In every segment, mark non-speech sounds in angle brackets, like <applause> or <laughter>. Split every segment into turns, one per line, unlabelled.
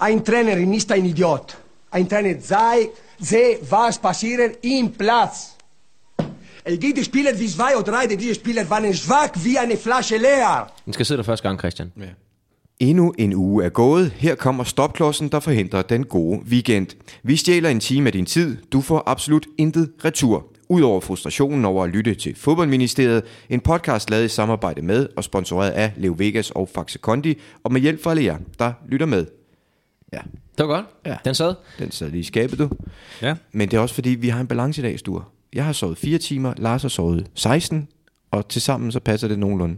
Ein Trainer ist ein Idiot. Ein Trainer sei, sehe, was passiert im Platz. Es gibt Spieler wie zwei oder drei, die diese Spieler waren schwach wie eine Flasche leer.
Den skal sidde der første gang, Christian.
Ja.
Endnu en uge er gået. Her kommer stopklodsen, der forhindrer den gode weekend. Vi stjæler en time af din tid. Du får absolut intet retur. Udover frustrationen over at lytte til Fodboldministeriet, en podcast lavet i samarbejde med og sponsoreret af Leo Vegas og Faxe Kondi, og med hjælp fra alle jer, der lytter med. Ja,
Det var godt.
Ja.
Den sad.
den sad lige i skabet, du.
ja.
Men det er også fordi, vi har en balance i dag, Stur. Jeg har sovet 4 timer, Lars har sovet 16, og tilsammen så passer det nogenlunde.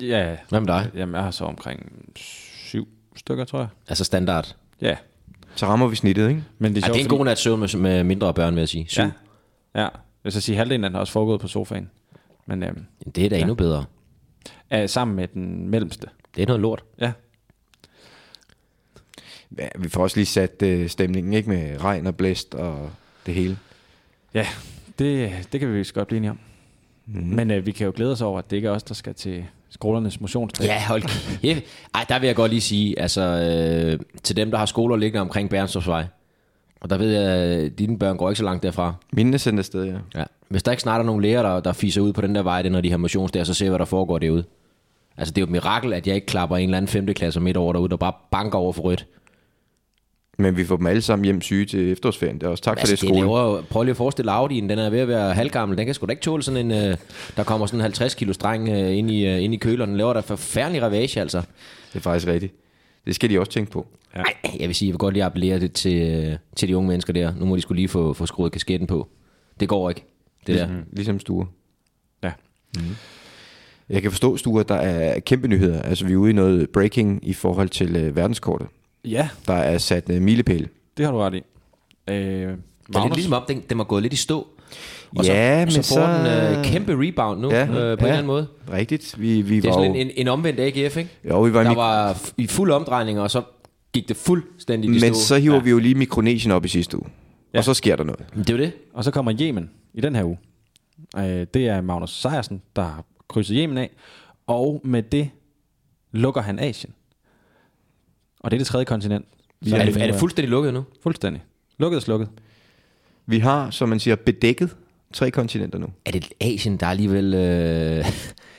Ja.
Hvad med dig?
Jamen, jeg har så omkring syv stykker, tror jeg.
Altså standard.
Ja.
Så rammer vi snittet, ikke?
Men det
Ja, det er en
fordi-
god nat søvn med, med mindre børn, vil jeg sige. Syv.
Ja. ja. Jeg skal sige, halvdelen af den er også foregået på sofaen. Men øhm,
Det er da endnu bedre.
er sammen med den mellemste.
Det er noget lort.
Ja.
Ja, vi får også lige sat øh, stemningen, ikke? Med regn og blæst og det hele.
Ja, det, det kan vi vist godt blive enige om. Mm.
Mhm.
Men øh, vi kan jo glæde os over, at det ikke er os, der skal til skolernes motionsdag.
Ja, hold kæft. Ej, der vil jeg godt lige sige, altså øh, til dem, der har skoler liggende omkring Bernstorfsvej, og der ved jeg, øh, dine børn går ikke så langt derfra.
Mine er sendt afsted, ja.
Ja. Hvis der ikke snart er nogen læger, der, der fiser ud på den der vej, det er, når de har motionsdager, så ser jeg, hvad der foregår derude. Altså, det er jo et mirakel, at jeg ikke klapper en eller anden femteklasse midt over derude, der bare banker over for rødt.
Men vi får dem alle sammen hjem syge til efterårsferien. Det er også tak for
Altså,
det,
det
skole.
laver, jo- prøv lige at forestille dig, Audi'en, den er ved at være halvgammel. Den kan sgu da ikke tåle sådan en, øh, der kommer sådan en 50 kilo dreng øh, ind, i, øh, ind i køleren. Den laver der forfærdelig ravage, altså.
Det er faktisk rigtigt. Det skal de også tænke på.
Ej, jeg vil sige, jeg vil godt lige appellere det til, øh, til de unge mennesker der. Nu må de skulle lige få, få skruet kasketten på. Det går ikke, det der.
Mm. Ligesom Sture.
Ja.
Jeg kan forstå, Sture, der er kæmpe nyheder. Altså, vi er ude i noget breaking i forhold til øh, verdenskortet.
ja,
Der er sat øh, milepæl.
det har du ret i.
Det
Øh,
er lidt
Magnus,
ligesom om, den, den var gået lidt i stå. Og
Ja,
så,
men
så får
så-
den øh, kæmpe rebound nu, ja, øh, på ja. en eller anden måde.
Rigtigt. Vi, vi
Det er
var
sådan
jo-
en, en, en omvendt AGF, ikke?
Jo, vi var i
der
mik-
var f- i fuld omdrejning, og så gik det fuldstændig i
Men
stå.
så hiver ja. vi jo lige Mikronesien op i sidste uge. Ja. Og så sker der noget.
Det er jo det.
Og så kommer Yemen i den her uge. Øh, det er Magnus Sejersen, der har krydset Yemen af. Og med det lukker han Asien. Og det er det tredje kontinent. Vi
Så er,
lige
det,
nu
er det fuldstændig lukket nu?
Fuldstændig. Lukket og slukket.
Vi har, som man siger, bedækket tre kontinenter nu.
Er det Asien, der er alligevel... Øh, ja.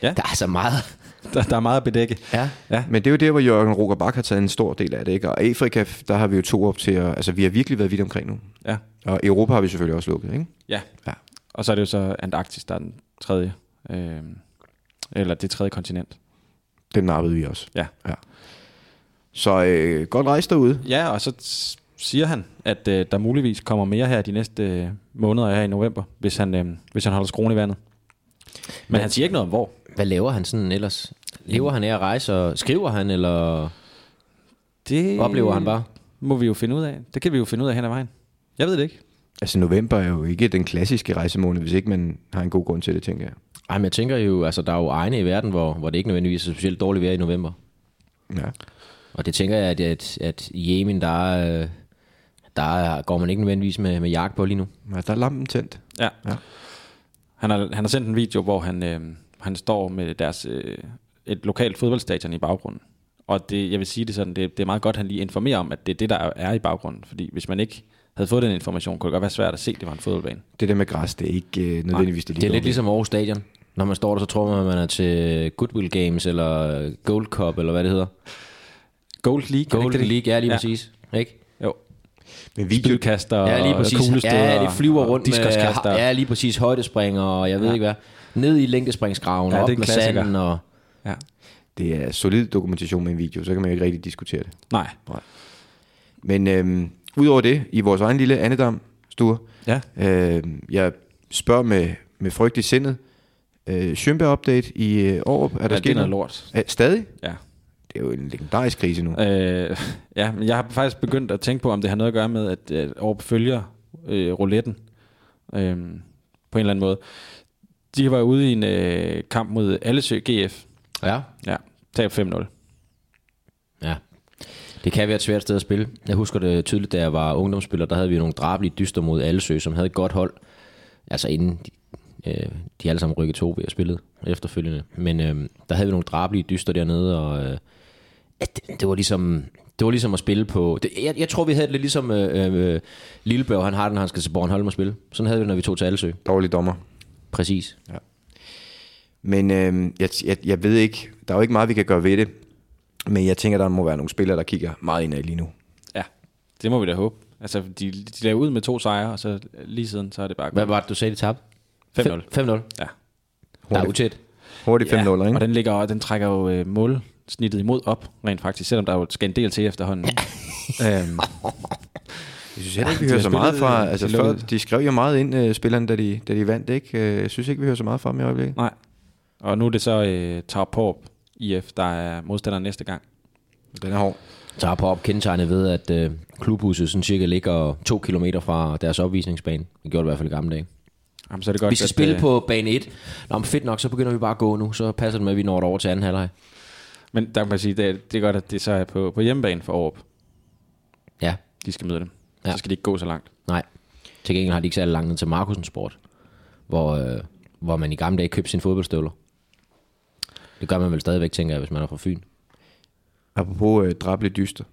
<laughs> Der er så meget...
Der, der er meget at bedække.
Ja.
Ja.
Men det er jo der, hvor Jørgen Rogerbach har taget en stor del af det. Ikke? Og Afrika, der har vi jo to op til at... Altså, vi har virkelig været vidt omkring nu.
Ja.
Og Europa har vi selvfølgelig også lukket, ikke?
Ja.
Ja.
Og så er det jo så Antarktis, der er den tredje, øh, eller det tredje kontinent.
Den nappede vi også.
Ja.
Så øh, godt rejse derude.
Ja, og så s- siger han, at øh, der muligvis kommer mere her de næste øh, måneder her i november, hvis han, øh, hvis han holder skruen i vandet. Men, Men han siger ikke noget om hvor.
Hvad laver han sådan ellers? Lever han af at rejse, og skriver han, eller
Det
oplever han bare?
må vi jo finde ud af. Det kan vi jo finde ud af hen ad vejen. Jeg ved det ikke.
Altså, november er jo ikke den klassiske rejsemåned, hvis ikke man har en god grund til det, tænker jeg.
Ej, men jeg tænker jo, altså der er jo egne i verden, hvor, hvor det ikke nødvendigvis er specielt dårligt vejr i november.
Ja.
Og det tænker jeg, at, at, at i Yemen, der, er, øh, der er- går man ikke nødvendigvis med, med jagt på lige nu.
ja der er lampen tændt.
Ja.
Ja.
ja. Han, har, han har sendt en video, hvor han, øh, han står med deres, øh, et lokalt fodboldstadion i baggrunden. Og det, jeg vil sige det sådan, det, det er meget godt, at han lige informerer om, at det er det, der er i baggrunden. Fordi hvis man ikke havde fået den information, kunne det godt være svært at se, at det var en fodboldbane.
Det der med græs, det er ikke øh, nødvendigvis det,
Det er lidt ligesom Aarhus Stadion. Når man står der, så tror man, at man er til Goodwill Games, eller Gold Cup, eller hvad det hedder.
Gold League.
Gold
er det
League, ja lige
Ja.
præcis. Ikke?
Jo.
Men video,
Videokaster
Ja, lige præcis.
og
Ja, de flyver
og
rundt med,
diskoskaster.
ja, lige præcis højdespringer, og jeg ved ja. ikke hvad. Ned i længdespringsgraven,
Ja,
ja,
det er
op
en
med
klassiker.
sanden, og
ja.
det er solid dokumentation med en video, så kan man jo ikke rigtig diskutere det.
Nej.
Men øhm, udover det, i vores egen lille andedam, Sture,
Ja.
øhm, jeg spørger med, med frygt i sindet, øh, Schønberg-update i øh, Aarup, er der
Ja, det er
sket
noget lort.
Er, stadig?
Ja.
Det er jo en legendarisk krise nu.
Øh, ja, men jeg har faktisk begyndt at tænke på, om det har noget at gøre med, at, at Orb følger øh, rouletten øh, på en eller anden måde. De var ude i en øh, kamp mod Allesø GF.
ja,
Ja, tab 5-0.
Ja. Det kan være et svært sted at spille. Jeg husker det tydeligt, da jeg var ungdomsspiller, der havde vi nogle drabelige dyster mod Allesø, som havde et godt hold. Altså inden de, øh, de alle sammen rykkede to ved at spille efterfølgende. Men øh, der havde vi nogle drabelige dyster dernede, og øh, at det, det var ligesom, Det var ligesom at spille på... Det, jeg, jeg tror, vi havde det lidt ligesom øh, øh, Lillebørg, han har den, når han skal til Bornholm og spille. Sådan havde vi det, når vi tog til Alsø.
Dårlig dommer.
Præcis.
Men øh, jeg, jeg, jeg ved ikke, der er jo ikke meget, vi kan gøre ved det. Men jeg tænker, der må være nogle spillere, der kigger meget indad lige nu.
Ja, det må vi da håbe. Altså, de, de lavede ud med to sejre, og så lige siden, så er det bare
Hvad var det, du sagde, de tabte?
5-0.
5-0.
Ja.
Der er utæt.
Hurtigt 5-0,
ja,
ikke?
Og den, ligger, og den trækker jo øh, målsnittet imod op, rent faktisk, selvom der jo skal en del til efterhånden. <laughs> øhm,
Jeg synes heller ikke, vi
de
hører
har
så meget
spillet,
fra...
øh,
Altså,
til
før,
lukket.
de skrev jo meget ind, øh, spillerne, da de, da de vandt, ikke? Øh, Jeg synes ikke, vi hører så meget fra dem i øjeblikket.
nej. Og nu er det så øh, Tarporp IF, der er modstander næste gang.
Den er hård.
Tager på op kendetegnet ved, at øh, klubhuset sådan cirka ligger to kilometer fra deres opvisningsbane. Det gjorde det i hvert fald i gamle dage.
Jamen, så er det godt,
Vi skal
at,
spille
øh,
på bane 1. Nå, men fedt nok, så begynder vi bare at gå nu. Så passer det med, at vi når det over til anden halvleg.
Men der kan man sige, det, er- det er godt, at det så er på, på hjemmebane for Aarup.
Ja,
De skal møde dem.
Ja.
Ja. Så skal de ikke gå så langt.
nej. Til gengæld har de ikke særlig langt ned til Markusens Sport, hvor, øh, hvor man i gamle dage købte sine fodboldstøvler. Det gør man vel stadigvæk, tænker jeg, hvis man er fra Fyn.
Apropos øh, drable dyster,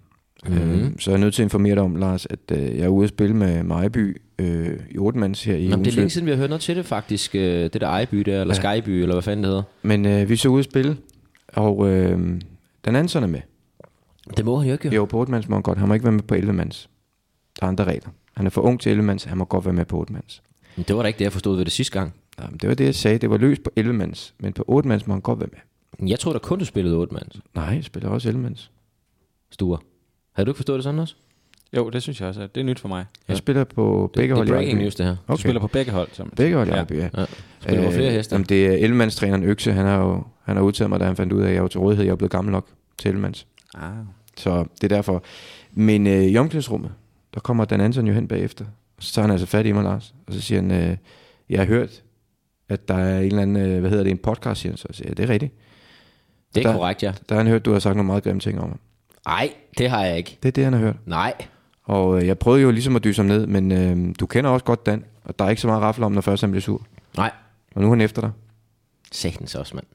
Mhm.
mm-hmm. øh, så er jeg nødt til at informere dig om, Lars, at øh, jeg er ude at spille med Majby øh, i Ortmanns her
Nå,
i
men det er
Ugensø.
længe siden, vi har hørt noget til det faktisk. Øh, det der Ejby der, eller ja. Skyby, eller hvad fanden det hedder.
Men øh, vi er så ude at spille, og øh, den anden sådan er med.
Det må han jo ikke. Jo.
Jo, på 8-mands må han godt. Han må ikke være med på 11-mands. Der er andre regler. Han er for ung til 11-mands, han må godt være med på 8-mands.
Men det var da ikke det, jeg forstod ved det sidste gang.
Nå, men Det var det, jeg sagde. Det var løst på 11-mands, men på 8-mands må han godt være med.
Jeg troede, der kun du spillede 8 mands
Nej, jeg spiller også 11-mands.
stuer. Havde du ikke forstået det sådan også?
Jo, det synes jeg også. at Det er nyt for mig. Du
Jeg spiller på
Det,
begge
det
hold i
er breaking
Ejby.
news, det her.
Okay.
spiller på begge hold. Som
Begge hold i
Ja.
Ejby, ja.
Ja. Spiller du flere
Øh,
heste?
Jamen, det er ellemandstræneren Økse, han har jo han har udtaget mig, da han fandt ud af, at jeg var til rådighed, jeg er blevet gammel nok til ellemands.
Ah.
Så det er derfor. Men øh, i omklædningsrummet, der kommer Dan Anton jo hen bagefter, og så tager han altså fat i mig, Lars, og så siger han, øh, jeg har hørt, at der er en eller anden, øh, hvad hedder det, en podcast, siger han så. Jeg siger, ja, det er rigtigt.
Det er
der-
korrekt, ja.
Der har han hørt, du har sagt nogle meget grimme ting om ham.
Nej, det har jeg ikke.
Det er det, han har hørt.
Nej.
Og øh, jeg prøvede jo ligesom at dyse ham ned, men øh, du kender også godt Dan, og der er ikke så meget rafler om, når først han bliver sur.
Nej.
Og nu er han efter dig.
Sagtens også, mand.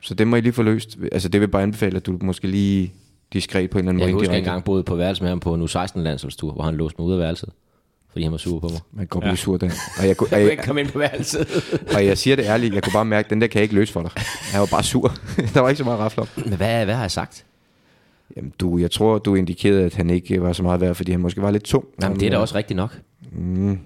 Så det må I lige få løst. Altså det vil jeg bare anbefale, at du måske lige diskret på en eller anden
Jeg kan
måde.
huske, at jeg
indirekte.
engang boede på værelse med ham på en U16-landsholdstur, hvor han låste mig ud af værelset, fordi han var sur på mig.
Man kan godt blive sur den. Og jeg, kunne- og, jeg,
komme ind på værelset.
og jeg siger det ærligt, jeg kunne bare mærke, at den der kan jeg ikke løse for dig. Jeg var bare sur. <laughs> der var ikke så meget rafler op.
Men hvad, hvad har jeg sagt?
Jamen, du, jeg tror, du indikerede, at han ikke var så meget værd, fordi han måske var lidt tung.
Jamen, det er da også rigtigt nok. Mm.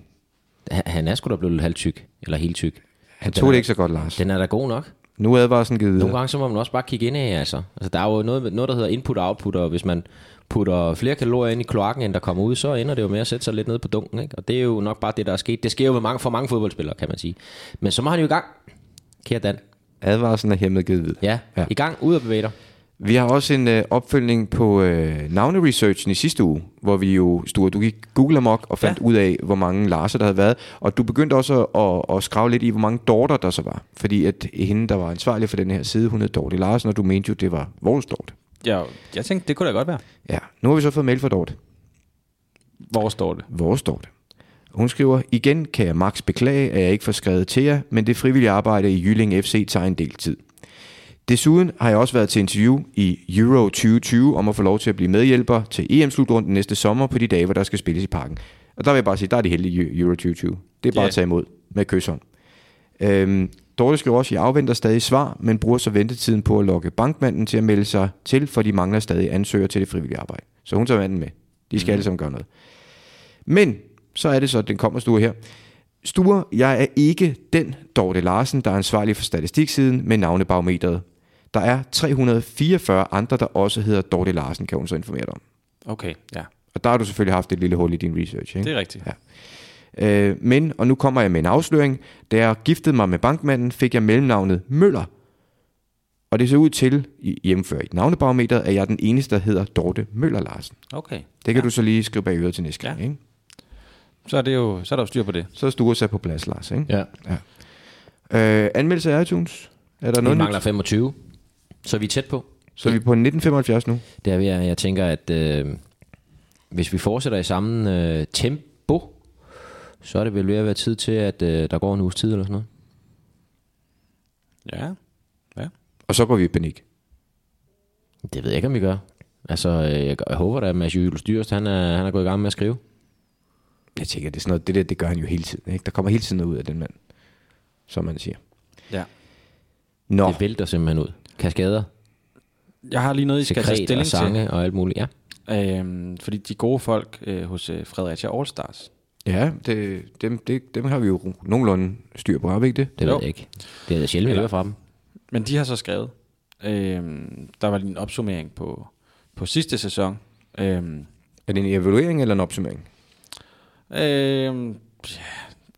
Han, han er sgu da blevet lidt halvtyk, eller helt tyk.
øh, Han tog det ikke så godt, Lars.
Den er da god nok.
Nu er bare sådan givet
Nogle
videre.
gange så må man også bare kigge ind i, altså. altså der er jo noget, noget, der hedder input og output, og hvis man putter flere kalorier ind i kloakken, end der kommer ud, så ender det jo med at sætte sig lidt ned på dunken. Ikke? Og det er jo nok bare det, der er sket. Det sker jo med mange, for mange fodboldspillere, kan man sige. Men så må han jo i gang. Kære Dan.
Advarslen er hermed givet videre.
Ja,
Ja.
ja. i gang, ud og bevæge dig.
Vi har også en øh, opfølgning på øh, navneresearchen i sidste uge, hvor vi jo, Sture, du gik Google amok og fandt ja. ud af, hvor mange Larser der havde været. Og du begyndte også at, at, at skrave lidt i, hvor mange Dorter der så var. Fordi at hende, der var ansvarlig for den her side, hun hed Dorte Larsen, og du mente jo, det var vores Dorte.
Jeg, jeg tænkte, det kunne da godt være.
Ja, nu har vi så fået mail fra Dorte.
Hvor står det?
Vores Dorte. Hun skriver, igen kan jeg max beklage, at jeg ikke får skrevet til jer, men det frivillige arbejde i Jylling FC tager en del tid. Desuden har jeg også været til interview i Euro 2020 om at få lov til at blive medhjælper til EM-slutrunden næste sommer på de dage, hvor der skal spilles i parken. Og der vil jeg bare sige, der er de heldige i Euro 2020. Det er bare
Ja.
at tage imod med kysshånd. Øhm, Dorte skriver også, jeg afventer stadig svar, men bruger så ventetiden på at lokke bankmanden til at melde sig til, for de mangler stadig ansøgere til det frivillige arbejde. Så hun tager manden med. De skal mm. alle sammen gøre noget. Men så er det så, at den kommer Sture her. Sture, jeg er ikke den Dorte Larsen, der er ansvarlig for statistiksiden med navnebarometeret. Der er 344 andre, der også hedder Dorte Larsen, kan hun så informere dig om.
Okay, ja.
Og der har du selvfølgelig haft et lille hul i din research, ikke?
Det er rigtigt.
Ja. Øh, men, og nu kommer jeg med en afsløring. Da jeg giftede mig med bankmanden, fik jeg mellemnavnet Møller. Og det ser ud til, i- hjemført i navnebarometeret, at jeg er den eneste, der hedder Dorte Møller Larsen.
Okay.
Det kan ja. du så lige skrive bag øret til næste gang, ja. ikke?
Så er, det jo, så er der jo styr på det.
Så er Sture sat på plads, Lars, ikke?
Ja.
Øh, anmeldelse af iTunes. Er der
Vi
noget
mangler
nyt?
25, så vi er tæt på.
Så er vi på 1975 nu.
Det er ved, at jeg tænker, at øh, hvis vi fortsætter i samme øh, tempo, så er det vel ved at være tid til, at øh, der går en uges tid eller sådan noget.
Ja. Ja.
Og så går vi i panik.
Det ved jeg ikke, om vi gør. Altså, øh, jeg, jeg håber da, at Mads Jules Dyrst, han er, han er gået i gang med at skrive.
Jeg tænker, det er sådan noget, det der, det gør han jo hele tiden. Ikke? Der kommer hele tiden noget ud af den mand, som man siger.
Ja.
Nå,
Det vælter simpelthen ud. Kaskader,
Jeg har lige noget, I skal tage
sekret og
stilling til.
sange og alt muligt. Ja.
Øhm, fordi de gode folk øh, hos øh, Fredericia Allstars,
ja, det, dem, det, dem har vi jo nogenlunde styr på, har vi ikke det?
Det
Jo.
ved jeg ikke. Det er da sjældent, jeg hører fra dem.
men de har så skrevet, øhm, der var lige en opsummering på, på sidste sæson. Øhm,
Er det en evaluering eller en opsummering?
øhm, ja,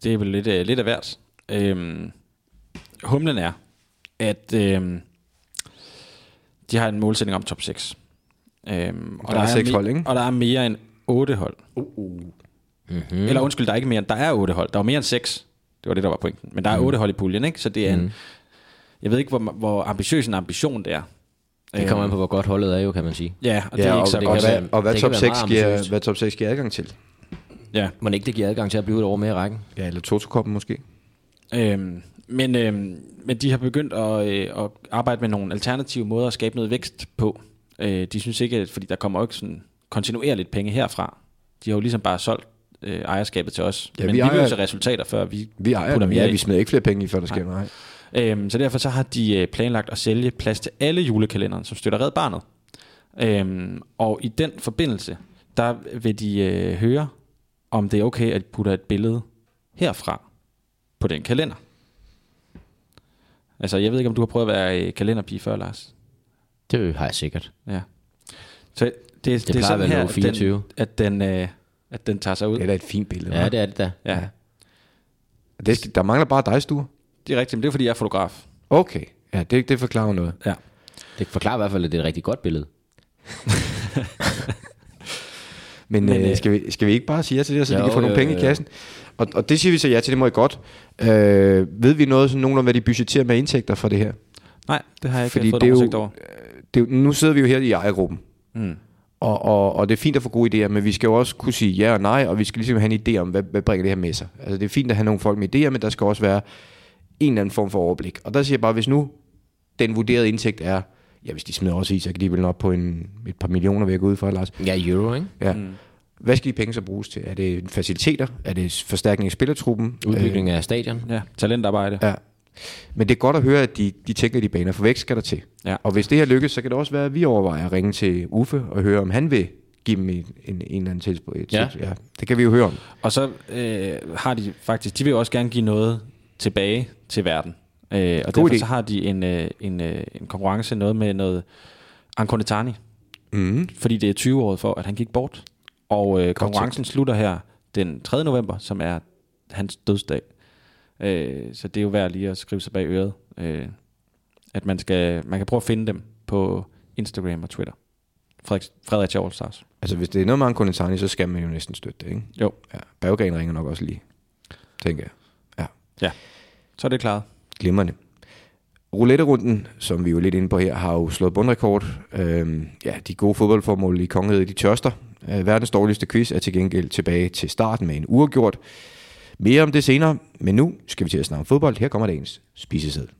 det er vel lidt, øh, lidt af hvert. Øhm, humlen er, at øhm, de har en målsætning om top 6. Øhm, og
Der er seks
me-
hold, ikke? Uh,
Og der er mere end 8 hold.
Mhm.
Mm. Eller undskyld, der er ikke mere end, der er otte hold. Der er jo mere end seks. Det var det, der var pointen. Men
Mhm.
der er otte hold i puljen, ikke? Så det er mm. en, jeg ved ikke, hvor, hvor ambitiøs en ambition det er. Øhm,
Det kommer an på, hvor godt holdet er jo, kan man sige.
Ja, og ja, det er ikke så
det
godt.
kan være-
hvad, og hvad
det
top,
kan være meget
6 giver,
ambitiøst.
hvad top 6 giver adgang til?
Ja.
Men ikke det giver adgang til at blive ud over mere i rækken.
Ja, eller Toto-koppen måske?
Øhm, men, øhm, men de har begyndt at, øh, at arbejde med nogle alternative måder at skabe noget vækst på. Øh, de synes ikke, at- fordi der kommer jo ikke sådan kontinuerligt penge herfra. De har jo ligesom bare solgt øh, ejerskabet til os.
Ja,
men
vi
vi, vi vil
ejer-
jo se resultater, før vi,
Vi ejer
putter
dem,
mere
ja,
i.
vi smider ikke flere penge i, før der sker noget.
Øhm, så derfor så har de øh, planlagt at sælge plads til alle julekalenderen, som støtter Red Barnet. Øhm, og i den forbindelse, der vil de øh, høre, om det er okay at putte et billede herfra på den kalender. Altså, jeg ved ikke, om du har prøvet at være øh, kalenderpige før, Lars.
Det har jeg sikkert.
Ja. Så det, det, det er
plejer at
sådan
være
her,
lov
at
24.
den, at, den, øh, at den tager sig ud.
Det er da et fint billede.
Ja,
hva'?
det er det da.
Ja,
Det, skal- der mangler bare dig, Sture.
det er rigtigt, men det er, fordi jeg er fotograf.
Okay, ja, det, det forklarer noget.
Ja.
Det forklarer i hvert fald, at det er et rigtig godt billede.
Men,
Men,
Men øh,
øh,
skal, vi, skal vi ikke bare sige ja til det, så jo,
Jo,
de kan få nogle
jo,
penge i
jo.
kassen? Og, og det siger vi så ja til, det må I godt. Øh, ved vi noget sådan nogenlunde, hvad de budgetterer med indtægter fra det her?
Nej, det har jeg ikke
Fordi
Fordi fået
det er
det
jo-
oversigt over.
Det, er jo- nu sidder vi jo her i ejergruppen. Mm. Og, og, og det er fint at få gode idéer, men vi skal jo også kunne sige ja og nej, og vi skal ligesom have en idé om, hvad, hvad bringer det her med sig. Altså det er fint at have nogle folk med idéer, men der skal også være en eller anden form for overblik. Og der siger jeg bare, hvis nu den vurderede indtægt er, ja hvis de smider også i, så kan de vel op på en, et par millioner, vil jeg gå ud fra, Lars.
Ja, euro, ikke?
Ja. Mm. Hvad skal de penge så bruges til? Er det faciliteter? Er det forstærkning af spillertruppen?
Udbygning af stadion.
Ja, talentarbejde.
Øh, ja. Men det er godt at høre, at de, de tænker i de baner, for vækst skal der til.
Ja.
Og hvis det her lykkes, så kan det også være, at vi overvejer at ringe til Uffe og høre, om han vil give dem en, en, en eller anden tilskud. Et
Ja.
tilskud. ja. Det kan vi jo høre om.
Og så øh, har de faktisk, de vil jo også gerne give noget tilbage til verden. Øh, og
God
derfor
idé.
så har de en, øh, en, øh, en konkurrence, noget med noget Ankonetani,
Mm.
fordi det er 20 året for, at han gik bort. Og øh, konkurrencen slutter her den 3. november, som er hans dødsdag. Øh, så det er jo værd lige at skrive sig bag øret, øh, at man, skal, man kan prøve at finde dem på Instagram og Twitter. Frederik, Frederik Charles Stars.
Altså hvis det er noget med Ankonetani, så skal man jo næsten støtte det, ikke?
Jo,
Ja. Berggren ringer nok også lige, tænker jeg. Ja.
så er det klaret.
Glimrende. Roulette-runden, som vi jo er lidt inde på her, har jo slået bundrekord. Øhm, ja, de gode fodboldformål i kongeriget, de tørster. Øh, verdens dårligste quiz er til gengæld tilbage til starten med en uafgjort. Mere om det senere, men nu skal vi til at snakke om fodbold. Her kommer dagens spiseseddel.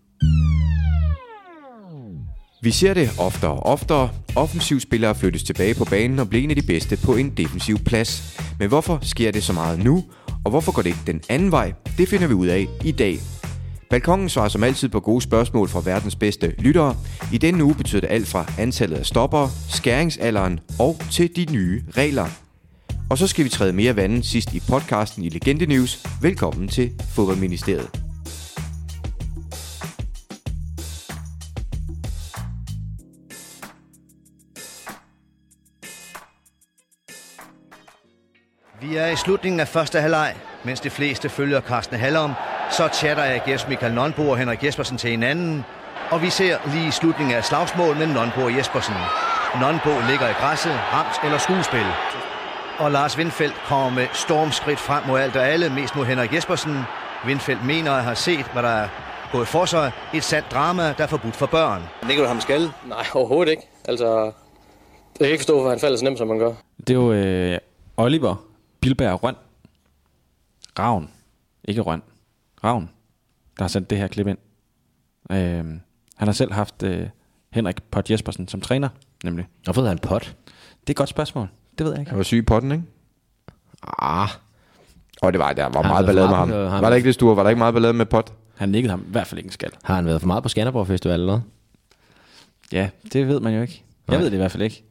Vi ser det oftere og oftere. Offensivspillere flyttes tilbage på banen og bliver en af de bedste på en defensiv plads. Men hvorfor sker det så meget nu, og hvorfor går det ikke den anden vej? Det finder vi ud af i dag. Balkongen svarer som altid på gode spørgsmål fra verdens bedste lyttere. I denne uge betyder det alt fra antallet af stoppere, skæringsalderen og til de nye regler. Og så skal vi træde mere vandet sidst i podcasten i Legende News. Velkommen til Fodboldministeriet.
Vi er i slutningen af første halvleg, mens de fleste følger Carsten Hallum, så chatter AGF's Michael Nonbo og Henrik Jespersen til hinanden, og vi ser lige slutningen af slagsmål mellem Nonbo og Jespersen. Nonbo ligger i græsset, ramt eller skuespil. Og Lars Windfeldt kommer med stormskridt frem mod alt og alle, mest mod Henrik Jespersen. Windfeldt mener at have set, hvad der er gået for sig. Et sandt drama, der er forbudt for børn.
Ligger du ham skal? Nej, overhovedet ikke. Altså, jeg kan ikke forstå, hvorfor han falder så nemt, som han gør.
Det er jo øh, Oliver Bilberg Røn. Ravn. Ikke Røn. Ravn, der har sendt det her klip ind. Øh, han har selv haft øh, Henrik Pott Jespersen som træner. nemlig.
Hvorfor hedder han pot?
Det er et godt spørgsmål. Det ved jeg ikke.
Han var syg på den, ikke?
Ah,
Og det var, der var
han
meget
været
ballade
for
med ham.
meget på- har han
Var der
været-
ikke det, Sture? Var der ikke meget ballade med pot?
Han nikkede ham i hvert fald ikke en skal.
har han været for meget på Skanderborg Festival eller noget?
Ja, det ved man jo ikke. Jeg
Nej.
ved det i hvert fald ikke.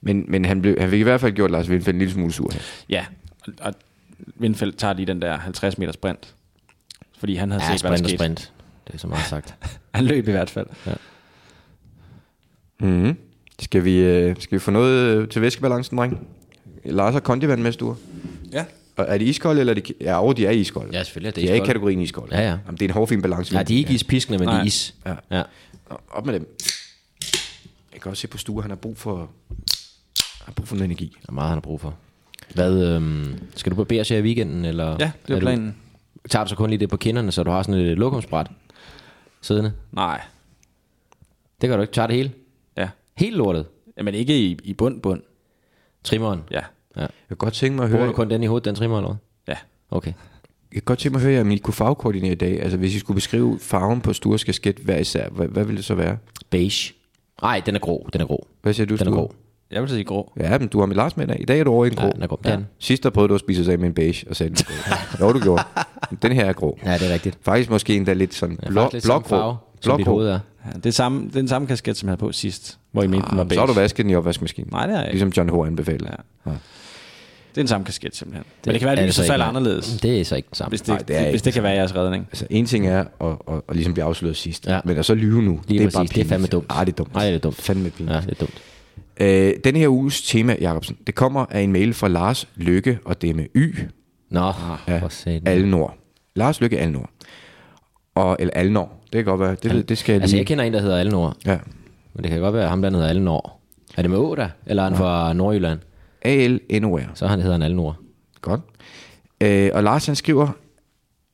Men, men han, blev, han fik i hvert fald gjort Lars Windfeldt en lille smule sur. her.
Ja, og- og Vindfeldt tager lige den der 50 meter sprint. Fordi han havde
Ja,
set, hvad der
sprint og
skete.
sprint. Det er så meget sagt.
Han løb i hvert fald.
Mm-hmm. Skal, vi, øh, skal vi få noget øh, til væskebalancen, dreng? Lars har kondivand med, Sture.
Ja.
Og er de iskolde, eller er de... Ja, over de er iskolde.
Ja, selvfølgelig er de
De er i
iskolde.
kategorien iskolde.
Ja, ja.
Jamen, det er en hårfin balance.
Nej, de er ikke ispiskende, men de er
Nej.
is. Ja. ja.
Nå, Op med dem. Jeg kan også se på Sture, han har brug for... Han har brug for noget energi.
Der er meget, han har brug for. Hvad, øhm, skal du barbere sig i weekenden? Eller
Ja, det er
du-
planen.
Tager du så kun lige det på kinderne, så du har sådan et lokumsbræt siddende?
Nej,
Det gør du ikke. Tager det hele?
ja.
Helt lortet?
Men ikke i, i bund, bund.
Trimmeren?
Ja,
Jeg kan godt tænke mig at
Bruger
høre...
du
Jeg
kun den i hovedet, den trimmer eller hvad?
ja.
Okay.
kan godt tænke mig at høre jer mit farvekoordinere i dag. Altså, hvis I skulle beskrive farven på Stures kasket hver især, hvad, hvad ville det så være?
Beige. Nej, den er grå. Den er grå.
Hvad siger du,
Den er
Sture?
grå.
Jeg vil sige grå.
Ja, men du har mit Lars med i dag. I dag er du over i en grå.
Ja, den er grå. Det er den.
Sidst der prøvede du at spise os af med en beige og sagde, den
<laughs>
er grå. jo, du gjorde. Men Den her er grå.
Ja, det er rigtigt.
Faktisk måske endda lidt sådan
Den er
blå,
faktisk lidt samme
blågrå.
farve, som dit hoved er.
Ja, det er samme, det er den samme kasket, som jeg havde på sidst, hvor I mente, den var
Ah,
beige.
så har du vasket den i opvaskemaskinen.
Nej, det har jeg ikke.
Ligesom John H. anbefalede.
Ja. Det er den samme kasket, simpelthen. Det, Men det kan være, at
er
det
så
så falder
Altså ikke, nej.
anderledes,
Det er så ikke den samme.
hvis det,
Nej, altså det er
hvis
ikke
det kan være jeres redning.
Altså, en ting er at, at, at ligesom blive afsløret sidst,
Ja.
men at så lyve nu,
Lige
det er
præcis.
bare
det er fandme
pinligt.
dumt.
Ah, det er dumt.
Nej, det er dumt.
Fandme pinligt.
Ja, det er dumt.
Øh, den her uges tema, Jacobsen, det kommer af en mail fra Lars Lykke, og det er med Y,
Nå,
Ja.
for satan.
Alnor. Lars Lykke Alnor. Og, eller Alnor, det kan godt være, det, ved- det skal jeg
Altså,
lige...
jeg kender en, der hedder Alnor.
Ja.
Men det kan godt være, at ham, der hedder Alnor. Er det med Å, der? Eller er han fra Nordjylland?
A-L-N-O-R.
Så han hedder han Alnor.
Godt. Øh, og Lars han skriver,